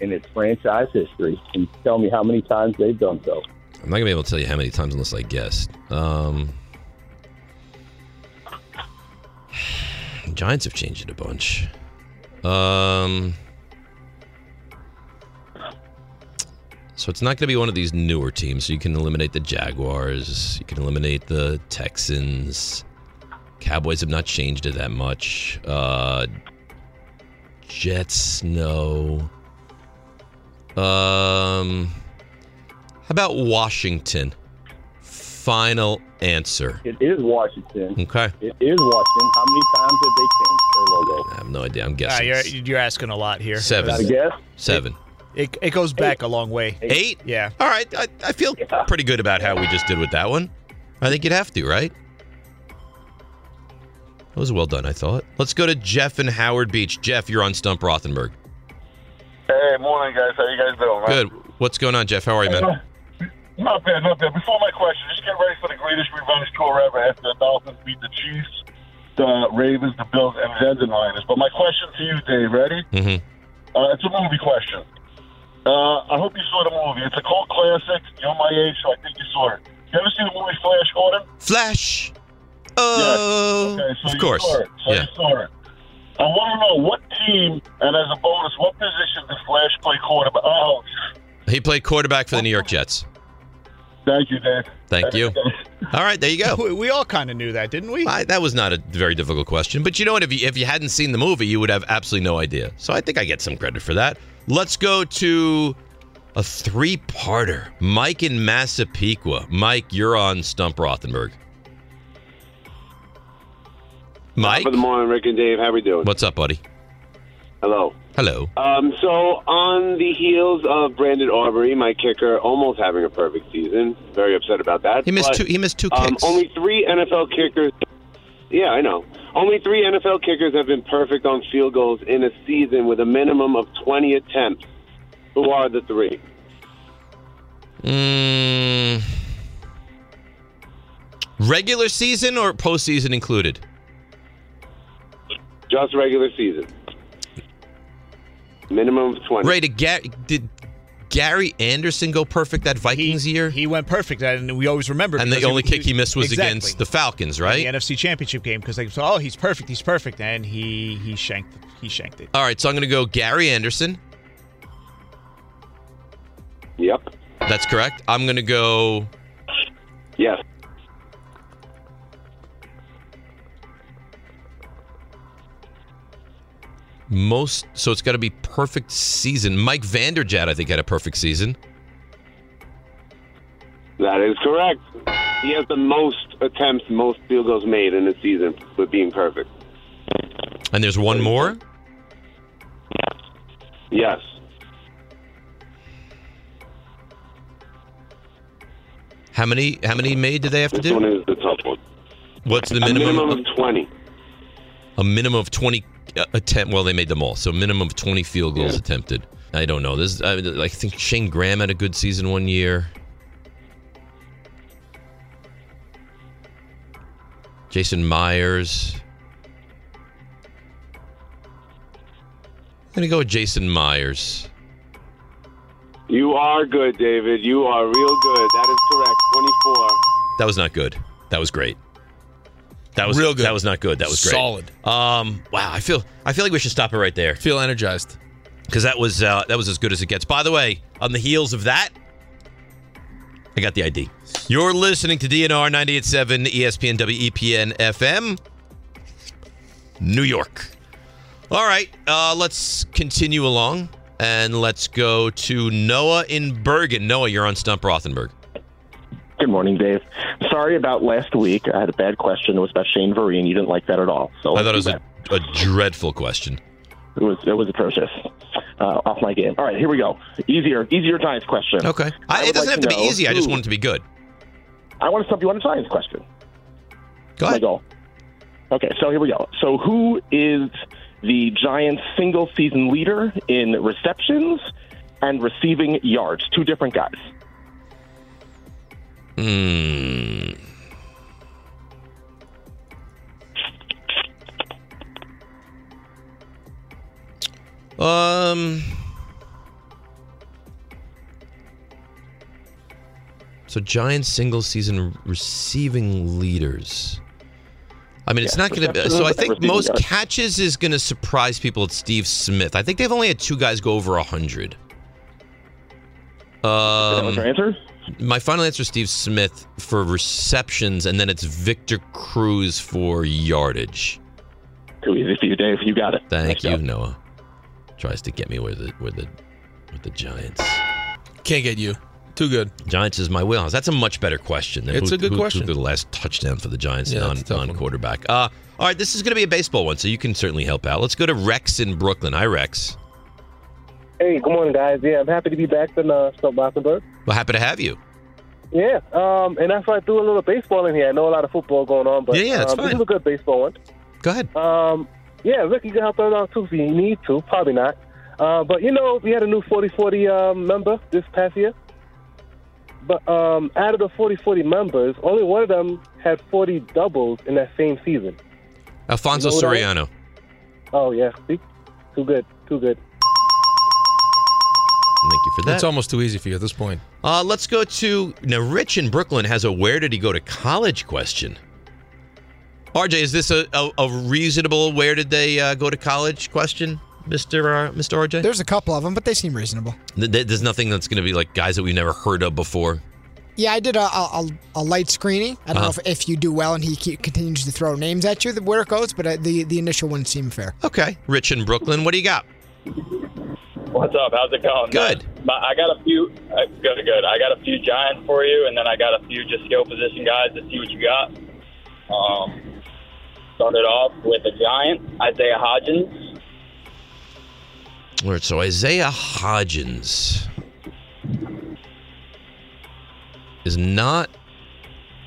Speaker 11: in its franchise history, and tell me how many times they've done so.
Speaker 2: I'm not gonna be able to tell you how many times unless I guessed. Um, Giants have changed it a bunch. Um, so it's not gonna be one of these newer teams. So you can eliminate the Jaguars. You can eliminate the Texans. Cowboys have not changed it that much. Uh, Jets, no. Um, how about Washington? Final answer.
Speaker 11: It is Washington.
Speaker 2: Okay.
Speaker 11: It is Washington. How many times have they changed their logo?
Speaker 2: I have no idea. I'm
Speaker 5: Ah,
Speaker 2: guessing.
Speaker 5: you're, you're asking a lot here.
Speaker 2: Seven.
Speaker 5: Gotta
Speaker 2: Seven.
Speaker 5: It, it goes back a long way.
Speaker 2: Eight?
Speaker 5: Yeah.
Speaker 2: All right. I, I feel pretty good about how we just did with that one. I think you'd have to, right? That was well done, I thought. Let's go to Jeff in Howard Beach. Jeff, you're on Stump Rothenberg.
Speaker 12: Hey, morning, guys. How you guys doing? man?
Speaker 2: Good. What's going on, Jeff? How are you, man?
Speaker 12: Not bad, not bad. Before my question, just get ready for the greatest revenge tour ever after the Dolphins beat the Chiefs, the Ravens, the Bills, and then the Niners. But my question to you, Dave, ready?
Speaker 2: Mm-hmm.
Speaker 12: Uh, it's a movie question. Uh, I hope you saw the movie. It's a cult classic. You're my age, so I think you saw it. You ever seen the movie Flash Gordon?
Speaker 2: Flash. Uh,
Speaker 12: Oh, okay, so
Speaker 2: of
Speaker 12: you
Speaker 2: course.
Speaker 12: Saw it. So
Speaker 2: Yeah.
Speaker 12: you saw it. I want to know what team, and as a bonus, what position does Flash play quarterback? Oh,
Speaker 2: He played quarterback for the New York Jets.
Speaker 12: Thank you, Dave.
Speaker 2: Thank you. All right, there you go.
Speaker 5: [laughs] We, we all kind of knew that, didn't we?
Speaker 2: I, that was not a very difficult question, but you know what? If you, if you hadn't seen the movie, you would have absolutely no idea. So I think I get some credit for that. Let's go to a three-parter. Mike in Massapequa. Mike, you're on Stump Rothenberg. Mike,
Speaker 13: Good morning, Rick and Dave. How we doing?
Speaker 2: what's up, buddy?
Speaker 13: Hello.
Speaker 2: Hello.
Speaker 13: Um, so on the heels of Brandon Aubrey, my kicker, almost having a perfect season. Very upset about that.
Speaker 2: He missed
Speaker 13: But,
Speaker 2: two- he missed two
Speaker 13: um,
Speaker 2: kicks.
Speaker 13: only three NFL kickers. Yeah, I know. Only three NFL kickers have been perfect on field goals in a season with a minimum of twenty attempts. Who are the three?
Speaker 2: Mm, regular season or postseason included?
Speaker 13: Just regular season. Minimum of twenty.
Speaker 2: Ray, did, Gar- did Gary Anderson go perfect that Vikings year?
Speaker 5: He went perfect, and we always remember.
Speaker 2: And the
Speaker 5: because he-
Speaker 2: only kick he missed was
Speaker 5: Exactly.
Speaker 2: against the Falcons,
Speaker 5: The
Speaker 2: right?
Speaker 5: NFC Championship game because they saw, oh, he's perfect, he's perfect, and he he shanked he shanked it.
Speaker 2: All right, so I'm going to go Gary Anderson.
Speaker 13: Yep.
Speaker 2: That's correct. I'm going to go.
Speaker 13: Yes.
Speaker 2: Most so it's got to be perfect season. Mike Vanderjagt, I think, had a perfect season.
Speaker 13: That is correct. He has the most attempts, most field goals made in a season with being perfect.
Speaker 2: And there's one more.
Speaker 13: Yes.
Speaker 2: How many? How many made do they have to
Speaker 13: This one
Speaker 2: do?
Speaker 13: is the tough one.
Speaker 2: What's the
Speaker 13: A
Speaker 2: minimum?
Speaker 13: minimum of 20.
Speaker 2: a minimum of 20 uh, attempt well they made them all so minimum of 20 field goals attempted i don't know this I, I think shane graham had a good season one year jason myers i'm gonna go with jason myers
Speaker 13: You are good, David. You are real good. That is correct. 24.
Speaker 2: that was not good that was great that was
Speaker 3: Real good.
Speaker 2: that was not good that was great
Speaker 3: Solid.
Speaker 2: um wow i feel i feel like we should stop it right there
Speaker 3: Feel energized.
Speaker 2: because that was uh, that was as good as it gets. By the way, on the heels of that, I got the ID. You're listening to DNR 98.7 ESPN WEPN FM, New York. All right, uh, let's continue along and let's go to Noah in Bergen. Noah, you're on Stump Rothenberg.
Speaker 14: Good morning, Dave. Sorry about last week. I had a bad question. It was about Shane Vereen. You didn't like that at all. So
Speaker 2: I thought
Speaker 14: let's
Speaker 2: it was
Speaker 14: do
Speaker 2: a,
Speaker 14: that.
Speaker 2: a dreadful question.
Speaker 14: it was it was atrocious. Uh, off my game. All right, here we go. Easier, easier science question.
Speaker 2: Okay. I, it
Speaker 14: would
Speaker 2: doesn't
Speaker 14: like
Speaker 2: have to be
Speaker 14: know
Speaker 2: easy. I just
Speaker 14: who-
Speaker 2: want it to be good.
Speaker 14: I want to stop you on a science question.
Speaker 2: Go ahead.
Speaker 14: My goal. Okay, so here we go. So who is the Giants' single season leader in receptions and receiving yards? Two different guys.
Speaker 2: Hmm. Um. So Giants single season receiving leaders. I mean, it's
Speaker 14: Yeah,
Speaker 2: not going to be.
Speaker 14: receptions
Speaker 2: So I
Speaker 14: and
Speaker 2: think
Speaker 14: receiving
Speaker 2: most
Speaker 14: yards.
Speaker 2: catches is going to surprise people. It's Steve Smith. I think they've only had two guys go over hundred. Um,
Speaker 14: was your answer?
Speaker 2: My final answer is Steve Smith for receptions, and then it's Victor Cruz for yardage.
Speaker 14: Too easy for you, Dave. You got it.
Speaker 2: Thank you, Noah. Tries to get me with the with the with the Giants.
Speaker 3: Can't get you. Too good.
Speaker 2: Giants is my wheelhouse. That's a much better question. than
Speaker 3: It's
Speaker 2: who-
Speaker 3: a good
Speaker 2: who threw
Speaker 3: question.
Speaker 2: The last touchdown for the Giants,
Speaker 3: Yeah,
Speaker 2: non,
Speaker 3: that's a tough one.
Speaker 2: quarterback. Uh, all right, this is going to be a baseball one, so you can certainly help out. Let's go to Rex in Brooklyn. Hi, Rex.
Speaker 15: Hey, good morning, guys. Yeah, I'm happy to be back in uh, Stuff Gothenburg.
Speaker 2: Well, happy to have you.
Speaker 15: Yeah, um, and that's why I threw a little baseball in here. I know a lot of football going on, but
Speaker 2: Yeah, yeah, it's
Speaker 15: um,
Speaker 2: fine.
Speaker 15: this is a good baseball one.
Speaker 2: Go ahead.
Speaker 15: Um, yeah, Rick, you can help out on too if you need to. Probably not. Uh, but, you know, we had a new 40-40 um, member this past year. But um, out of the 40-40 members, only one of them had 40 doubles in that same season.
Speaker 2: Alfonso
Speaker 15: You know what I-
Speaker 2: Soriano.
Speaker 15: Oh, yeah, see? Too good, too good.
Speaker 2: Thank you for that.
Speaker 3: It's almost too easy for you at this point.
Speaker 2: Uh, let's go to now. Rich in Brooklyn has a where did he go to college question. RJ, is this a, a, a reasonable where did they uh, go to college question, Mister uh, Mister RJ?
Speaker 4: There's a couple of them, but they seem reasonable.
Speaker 2: Th- th- There's nothing that's going to be like guys that we've never heard of before.
Speaker 4: Yeah, I did a, a, a, a light screening. I don't
Speaker 2: Uh-huh.
Speaker 4: know if, if you do well and he keep, continues to throw names at you, the- where it goes, but uh, the, the initial ones seem fair.
Speaker 2: Okay, Rich in Brooklyn, what do you got?
Speaker 16: What's up? How's it going?
Speaker 2: Good.
Speaker 16: My- I got a few. Uh, good, good. I got a few giants for you, and then I got a few just skill position guys to see what you got. Um, started off with a giant, Isaiah Hodgins.
Speaker 2: All right, so Isaiah Hodgins is not.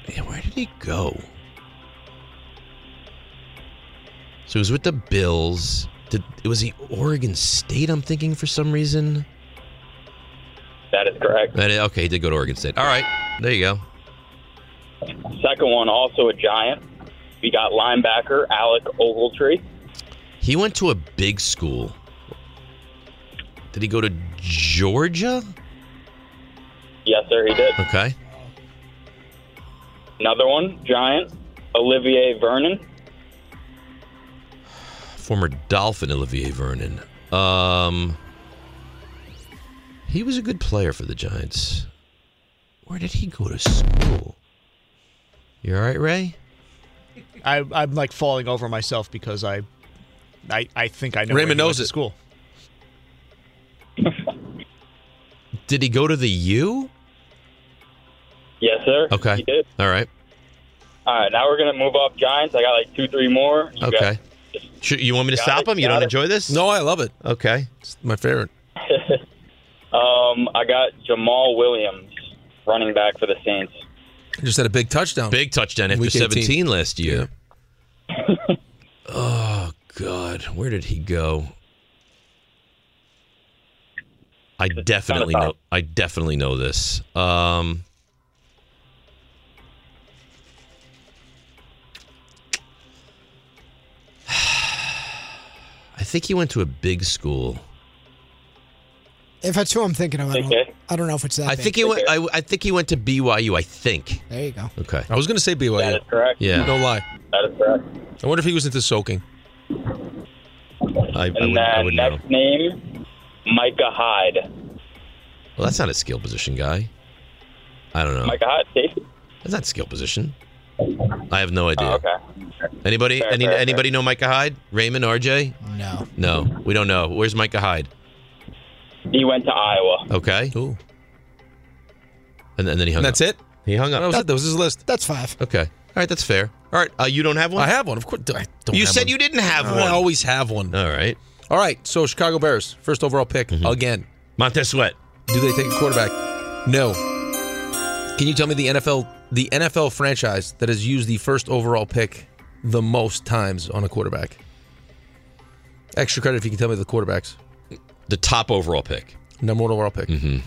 Speaker 2: Yeah, where did he go? So he was with the Bills. Did was he Oregon State? I'm thinking for some reason.
Speaker 16: That is correct.
Speaker 2: That is- okay, he did go to Oregon State. All right, there you go.
Speaker 16: Second one, also a giant. We got linebacker Alec Ogletree.
Speaker 2: He went to a big school. Did he go to Georgia?
Speaker 16: Yes, sir, he did.
Speaker 2: Okay.
Speaker 16: Another one, giant, Olivier Vernon.
Speaker 2: former Dolphin Olivier Vernon. Um, he was a good player for the Giants. Where did he go to school? You all right, Ray?
Speaker 5: I, I'm like falling over myself because I, I, I think I know. where
Speaker 3: Raymond
Speaker 5: he went
Speaker 3: knows
Speaker 5: to
Speaker 3: it.
Speaker 5: School.
Speaker 2: Did he go to the U?
Speaker 16: Yes, sir.
Speaker 2: Okay.
Speaker 16: He did.
Speaker 2: All right.
Speaker 16: All right, now we're gonna move off giants. I got like two, three more. You
Speaker 2: Okay. Should, you want me to
Speaker 16: Got
Speaker 2: stop
Speaker 16: it,
Speaker 2: him? You
Speaker 16: got
Speaker 2: don't
Speaker 16: it.
Speaker 2: enjoy this?
Speaker 3: No, I love it.
Speaker 2: Okay.
Speaker 3: It's my favorite.
Speaker 16: got- [laughs] um, I got Jamal Williams, running back for the Saints.
Speaker 3: I just had a big touchdown.
Speaker 2: Big touchdown after
Speaker 3: Week 18.
Speaker 2: 17 last year. [laughs] oh, God. Where did he go? I definitely know. I definitely know this. Um, [sighs] I think he went to a big school.
Speaker 4: If that's who I'm thinking of, I don't, I don't know if it's that
Speaker 2: I
Speaker 4: big.
Speaker 2: think he went. I, I think he went to BYU. I think.
Speaker 4: There you go.
Speaker 2: Okay.
Speaker 3: I was going to say BYU. That is
Speaker 16: correct.
Speaker 2: Yeah.
Speaker 3: No lie.
Speaker 16: That is correct.
Speaker 3: I wonder if he was into soaking.
Speaker 2: I,
Speaker 16: And then next name, Micah Hyde.
Speaker 2: Well, that's not a skill position guy. I don't know.
Speaker 16: Micah Hyde, safety.
Speaker 2: That's not skill position. I have no idea.
Speaker 16: Oh, okay.
Speaker 2: Anybody?
Speaker 16: Fair,
Speaker 2: any,
Speaker 16: fair,
Speaker 2: anybody know Micah Hyde? Raymond? RJ?
Speaker 4: No.
Speaker 2: No, we don't know. Where's Micah Hyde?
Speaker 16: He went to Iowa.
Speaker 2: Okay. Ooh. And, and then he hung
Speaker 3: And
Speaker 2: up.
Speaker 3: that's it?
Speaker 2: He hung up.
Speaker 3: That was it. That was his list.
Speaker 4: That's five.
Speaker 2: Okay. All right. That's fair. All right. Uh, you don't have one.
Speaker 3: I have one. Of course. I don't
Speaker 2: You
Speaker 3: have
Speaker 2: said
Speaker 3: one.
Speaker 2: you didn't have
Speaker 3: I
Speaker 2: one.
Speaker 3: always have one.
Speaker 2: All right. Mm-hmm.
Speaker 3: All right. So Chicago Bears, first overall pick again.
Speaker 2: Montez Sweat.
Speaker 3: Do they take a quarterback? No. Can you tell me the NFL the NFL franchise that has used the first overall pick the most times on a quarterback? Extra credit if you can tell me the quarterbacks.
Speaker 2: The top overall pick.
Speaker 3: Number one overall pick.
Speaker 2: Mm-hmm.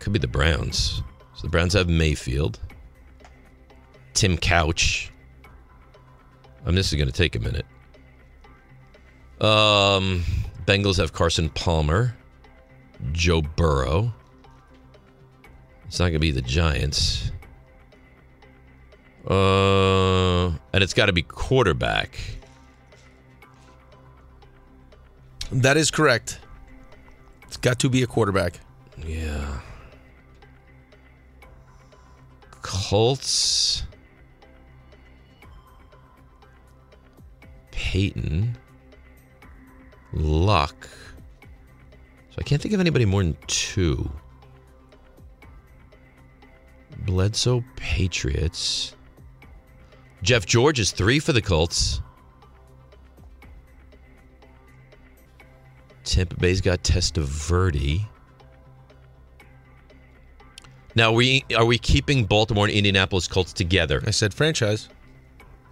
Speaker 2: Could be the Browns. So the Browns have Mayfield, Tim Couch. I mean, this is going to take a minute. Um, Bengals have Carson Palmer, Joe Burrow. It's not going to be the Giants. Uh, and it's got to be quarterback.
Speaker 3: That is correct. It's got to be a quarterback.
Speaker 2: Yeah. Colts. Peyton. Luck. So I can't think of anybody more than two. Bledsoe Patriots. Jeff George is three for the Colts. Tampa Bay's got Testaverde. Now, are we are we keeping Baltimore and Indianapolis Colts together? I
Speaker 3: said franchise.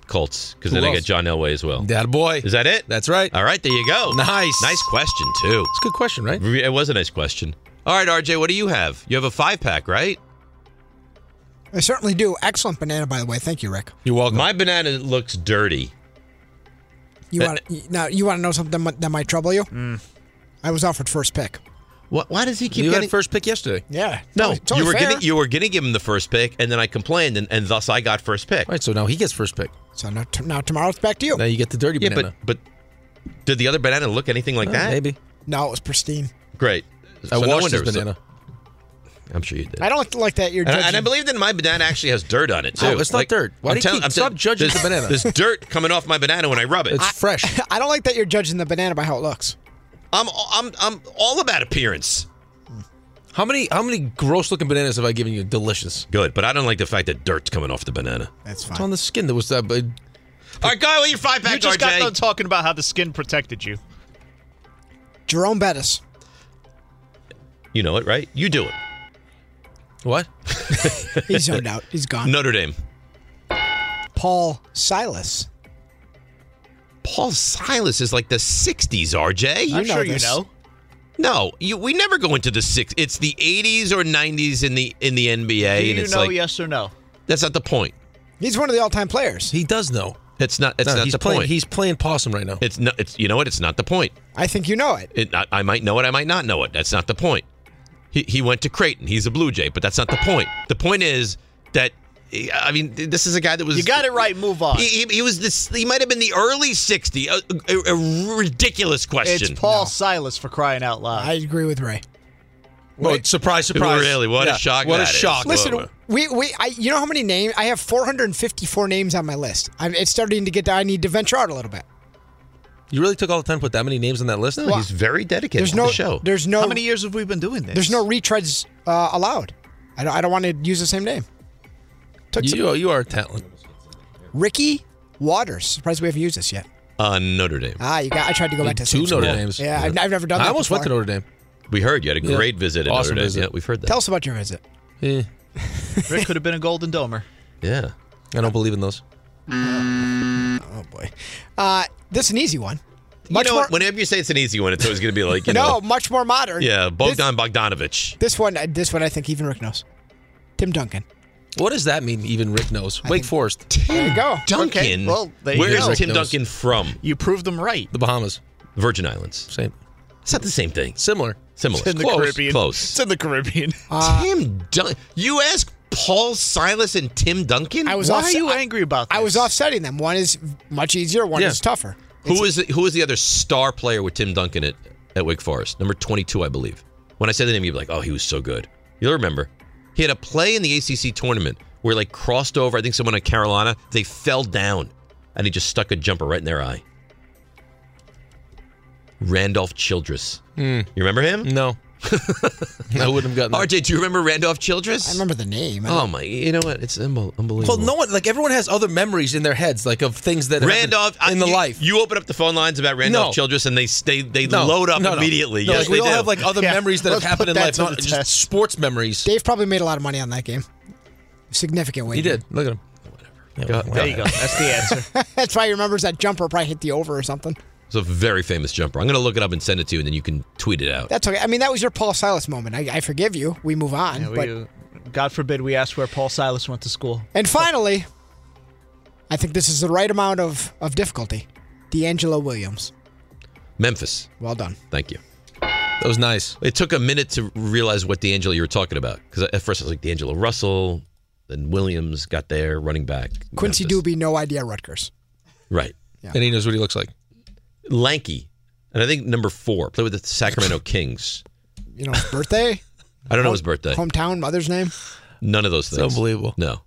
Speaker 2: Colts, because
Speaker 3: Who
Speaker 2: then I
Speaker 3: else?
Speaker 2: get John Elway as well.
Speaker 3: That boy.
Speaker 2: Is that it?
Speaker 3: That's right.
Speaker 2: All right, there you go. Nice, nice question too. It's
Speaker 3: a good question, right?
Speaker 2: It was a nice question. All right, RJ, what do you have? You have a five pack, right?
Speaker 4: I certainly do. Excellent banana, by the way. Thank you, Rick.
Speaker 3: You're welcome.
Speaker 2: My banana looks dirty.
Speaker 4: You
Speaker 2: Uh,
Speaker 4: want now? You want to know something that might- that might trouble you? I was offered first pick.
Speaker 2: What? Hmm. Why does he
Speaker 3: you had first pick yesterday.
Speaker 4: Yeah.
Speaker 2: No,
Speaker 4: it's only
Speaker 2: you were
Speaker 4: fair.
Speaker 2: gonna you were gonna give him the first pick, and then I complained, and, and thus I got first pick.
Speaker 3: Right, so now he gets first pick.
Speaker 4: So now, t- now tomorrow it's back to you.
Speaker 3: Now you get the dirty
Speaker 2: Yeah,
Speaker 3: banana.
Speaker 2: but but did the other banana look anything like
Speaker 3: Uh,
Speaker 2: that?
Speaker 3: Maybe.
Speaker 4: Oh, No, it was pristine.
Speaker 2: Great.
Speaker 3: I
Speaker 2: no
Speaker 3: washed
Speaker 2: wonder
Speaker 3: his
Speaker 2: it was so-
Speaker 3: banana.
Speaker 2: I'm sure you did.
Speaker 4: I don't like that. You're
Speaker 2: And, I-
Speaker 4: judging.
Speaker 2: and I believe that my banana actually has dirt on it too.
Speaker 3: Oh, it's not dirt. Why do you keep- stop judging
Speaker 2: there's-
Speaker 3: the banana.
Speaker 2: There's dirt coming off my banana when I rub it.
Speaker 3: It's fresh.
Speaker 4: [laughs] I don't like that you're judging the banana by how it looks.
Speaker 2: I'm I'm I'm all about appearance.
Speaker 3: How many how many gross looking bananas have I given you? Delicious.
Speaker 2: Good, but I don't like the fact that dirt's coming off the banana.
Speaker 4: That's
Speaker 3: It's on the skin. There was that. But
Speaker 2: All right, go with your five
Speaker 5: You
Speaker 2: pack,
Speaker 5: just got
Speaker 2: RJ.
Speaker 5: done talking about how the skin protected you.
Speaker 4: Jerome Bettis.
Speaker 2: You know it, right? You do it.
Speaker 3: What?
Speaker 4: [laughs] He's zoned out. He's gone.
Speaker 2: Notre Dame.
Speaker 4: Paul Silas.
Speaker 2: Paul Silas is like the '60s, RJ.
Speaker 4: You I'm know sure you this. know.
Speaker 2: No, you, we never go into the six. It's the '80s or '90s in the in the NBA,
Speaker 5: Do
Speaker 2: and
Speaker 5: you
Speaker 2: it's
Speaker 5: know
Speaker 2: like
Speaker 5: yes or no?
Speaker 2: that's not the point.
Speaker 4: He's one of the all-time players.
Speaker 3: He does know.
Speaker 2: It's not. It's
Speaker 3: No,
Speaker 2: not
Speaker 3: he's
Speaker 2: the
Speaker 3: playing.
Speaker 2: point.
Speaker 3: He's playing possum right now.
Speaker 2: It's not. It's you know what? It's not the point.
Speaker 4: I think you know it.
Speaker 2: It, I, I might know it. I might not know it. That's not the point. He he went to Creighton. He's a Blue Jay, but that's not the point. The point is that eh, I mean, this is a guy that was.
Speaker 5: You got it right. Move on.
Speaker 2: He, he, he was this. He might have been the early '60s. A, a- a ridiculous question.
Speaker 5: It's Paul Silas for crying out loud.
Speaker 4: I agree with Ray.
Speaker 3: Well, surprise, surprise.
Speaker 2: Really? What a
Speaker 3: Yeah.
Speaker 2: shock
Speaker 3: What a
Speaker 2: that is.
Speaker 3: shock.
Speaker 4: Listen, we we I you know how many names I have 454 names on my list. I'm, it's starting to get I need to venture out a little bit.
Speaker 3: You really took all the time to put that many names on that list?
Speaker 4: No, he's
Speaker 2: very dedicated
Speaker 4: There's no there's no
Speaker 5: How many years have we been doing this?
Speaker 4: there's no retreads uh, allowed. I don't, I don't want to use the same name. Took some-
Speaker 3: you, are- you are a talent.
Speaker 4: Ricky Waters. Surprised we haven't used this yet.
Speaker 2: Uh, Notre Dame.
Speaker 4: Ah, you got. I tried to go back to
Speaker 3: Two
Speaker 4: Simpson.
Speaker 3: Notre
Speaker 4: Yeah.
Speaker 3: Dames.
Speaker 4: Yeah, I've, I've never done that.
Speaker 3: I almost went to
Speaker 4: before.
Speaker 3: Notre Dame.
Speaker 2: We heard you had a
Speaker 3: Yeah.
Speaker 2: great visit in
Speaker 3: Awesome
Speaker 2: Notre Dame.
Speaker 3: visit.
Speaker 2: Yeah, we've heard that.
Speaker 4: Tell us about your visit.
Speaker 3: Yeah.
Speaker 5: Rick could have been a Golden Domer.
Speaker 2: yeah.
Speaker 3: I don't believe in those.
Speaker 4: Oh boy, uh, this is an easy one.
Speaker 2: You
Speaker 4: Much
Speaker 2: know,
Speaker 4: more.
Speaker 2: what? whenever you say it's an easy one, it's always going to be like, you
Speaker 4: [laughs] no,
Speaker 2: know,
Speaker 4: much more modern.
Speaker 2: yeah,
Speaker 4: This-
Speaker 2: Bogdan Bogdanovich.
Speaker 4: This one, this one, I think even Rick knows. Tim Duncan.
Speaker 3: What does that mean, even Rick knows? Wake Forest,
Speaker 4: There you go.
Speaker 2: Duncan.
Speaker 5: Okay, well, there you
Speaker 2: Where is
Speaker 5: go.
Speaker 2: Tim
Speaker 3: Rick knows.
Speaker 2: Duncan from?
Speaker 5: You proved them right.
Speaker 3: the Bahamas.
Speaker 2: Virgin Islands.
Speaker 3: Same.
Speaker 2: It's not the same thing.
Speaker 3: Similar.
Speaker 2: Similar.
Speaker 5: It's in the
Speaker 2: Close.
Speaker 5: Caribbean.
Speaker 2: Close.
Speaker 5: It's in the Caribbean.
Speaker 4: Ah.
Speaker 2: Tim Duncan. You ask Paul Silas and Tim Duncan.
Speaker 4: I was
Speaker 5: Why
Speaker 4: offs-
Speaker 5: are you
Speaker 4: I-
Speaker 5: angry about this?
Speaker 4: I was offsetting them. One is much easier. One
Speaker 3: Yeah.
Speaker 4: is tougher.
Speaker 2: who is the, who is the other star player with Tim Duncan at, at Wake Forest? Number twenty two, I believe. When I said the name, you'd be like, "Oh, he was so good." You'll remember. He had a play in the ACC tournament where like crossed over. I think someone in Carolina. They fell down, and he just stuck a jumper right in their eye. Randolph Childress. You remember him?
Speaker 3: Hmm.
Speaker 2: [laughs]
Speaker 3: No. I wouldn't have gotten that.
Speaker 2: RJ, do you remember Randolph Childress?
Speaker 4: I remember the name.
Speaker 2: Oh my! You know what? It's unbel- unbelievable.
Speaker 3: Well, no one like everyone has other memories in their heads, like of things that happened
Speaker 2: Randolph
Speaker 3: in the
Speaker 2: you,
Speaker 3: life.
Speaker 2: You open up the phone lines about Randolph
Speaker 3: No.
Speaker 2: Childress, and they stay they load up
Speaker 3: no, no.
Speaker 2: immediately.
Speaker 3: No,
Speaker 2: yes,
Speaker 3: like, we
Speaker 2: they
Speaker 3: all
Speaker 2: do.
Speaker 3: have like other
Speaker 5: Yeah.
Speaker 3: memories that
Speaker 5: Let's
Speaker 3: have happened
Speaker 5: put
Speaker 3: in
Speaker 5: that
Speaker 3: life,
Speaker 5: to
Speaker 3: not
Speaker 5: the
Speaker 3: just
Speaker 5: test.
Speaker 3: sports memories.
Speaker 4: Dave probably made a lot of money on that game. Significant way.
Speaker 3: He did. Look at him.
Speaker 2: Go-
Speaker 3: Wow.
Speaker 5: [laughs] There you go.
Speaker 2: [laughs]
Speaker 5: That's the answer.
Speaker 4: [laughs] That's why he remembers that jumper probably hit the over or something.
Speaker 2: it's a very famous jumper. I'm going to look it up and send it to you, and then you can tweet it out.
Speaker 4: That's okay. I mean, that was your Paul Silas moment. I, I forgive you. We move on.
Speaker 5: Yeah, we- uh,
Speaker 4: but
Speaker 5: God forbid we ask where Paul Silas went to school.
Speaker 4: and finally, I think this is the right amount of of difficulty. D'Angelo Williams.
Speaker 2: Memphis.
Speaker 4: Well done.
Speaker 2: Thank you.
Speaker 3: That was nice.
Speaker 2: It took a minute to realize what D'Angelo you were talking about because at first I was like D'Angelo Russell, then Williams got there, running back.
Speaker 4: Quincy Doobie, no idea Rutgers.
Speaker 2: Right.
Speaker 4: Yeah.
Speaker 3: And he knows what he looks like.
Speaker 2: Lanky. And I think number four, played with the
Speaker 3: [laughs]
Speaker 2: Sacramento Kings.
Speaker 4: You know, his birthday,
Speaker 2: [laughs] I don't know his birthday.
Speaker 4: hometown, mother's name.
Speaker 2: None of those things.
Speaker 3: unbelievable.
Speaker 2: No.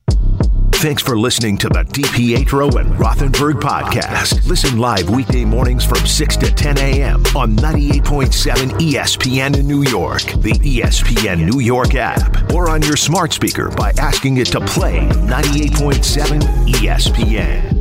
Speaker 1: Thanks for listening to the DPetro and Rothenberg podcast. Listen live weekday mornings from 6 to 10 a.m. on 98.7 ESPN in New York, the E ESPN New York app, E or on your smart speaker by asking it to play 98.7 ESPN.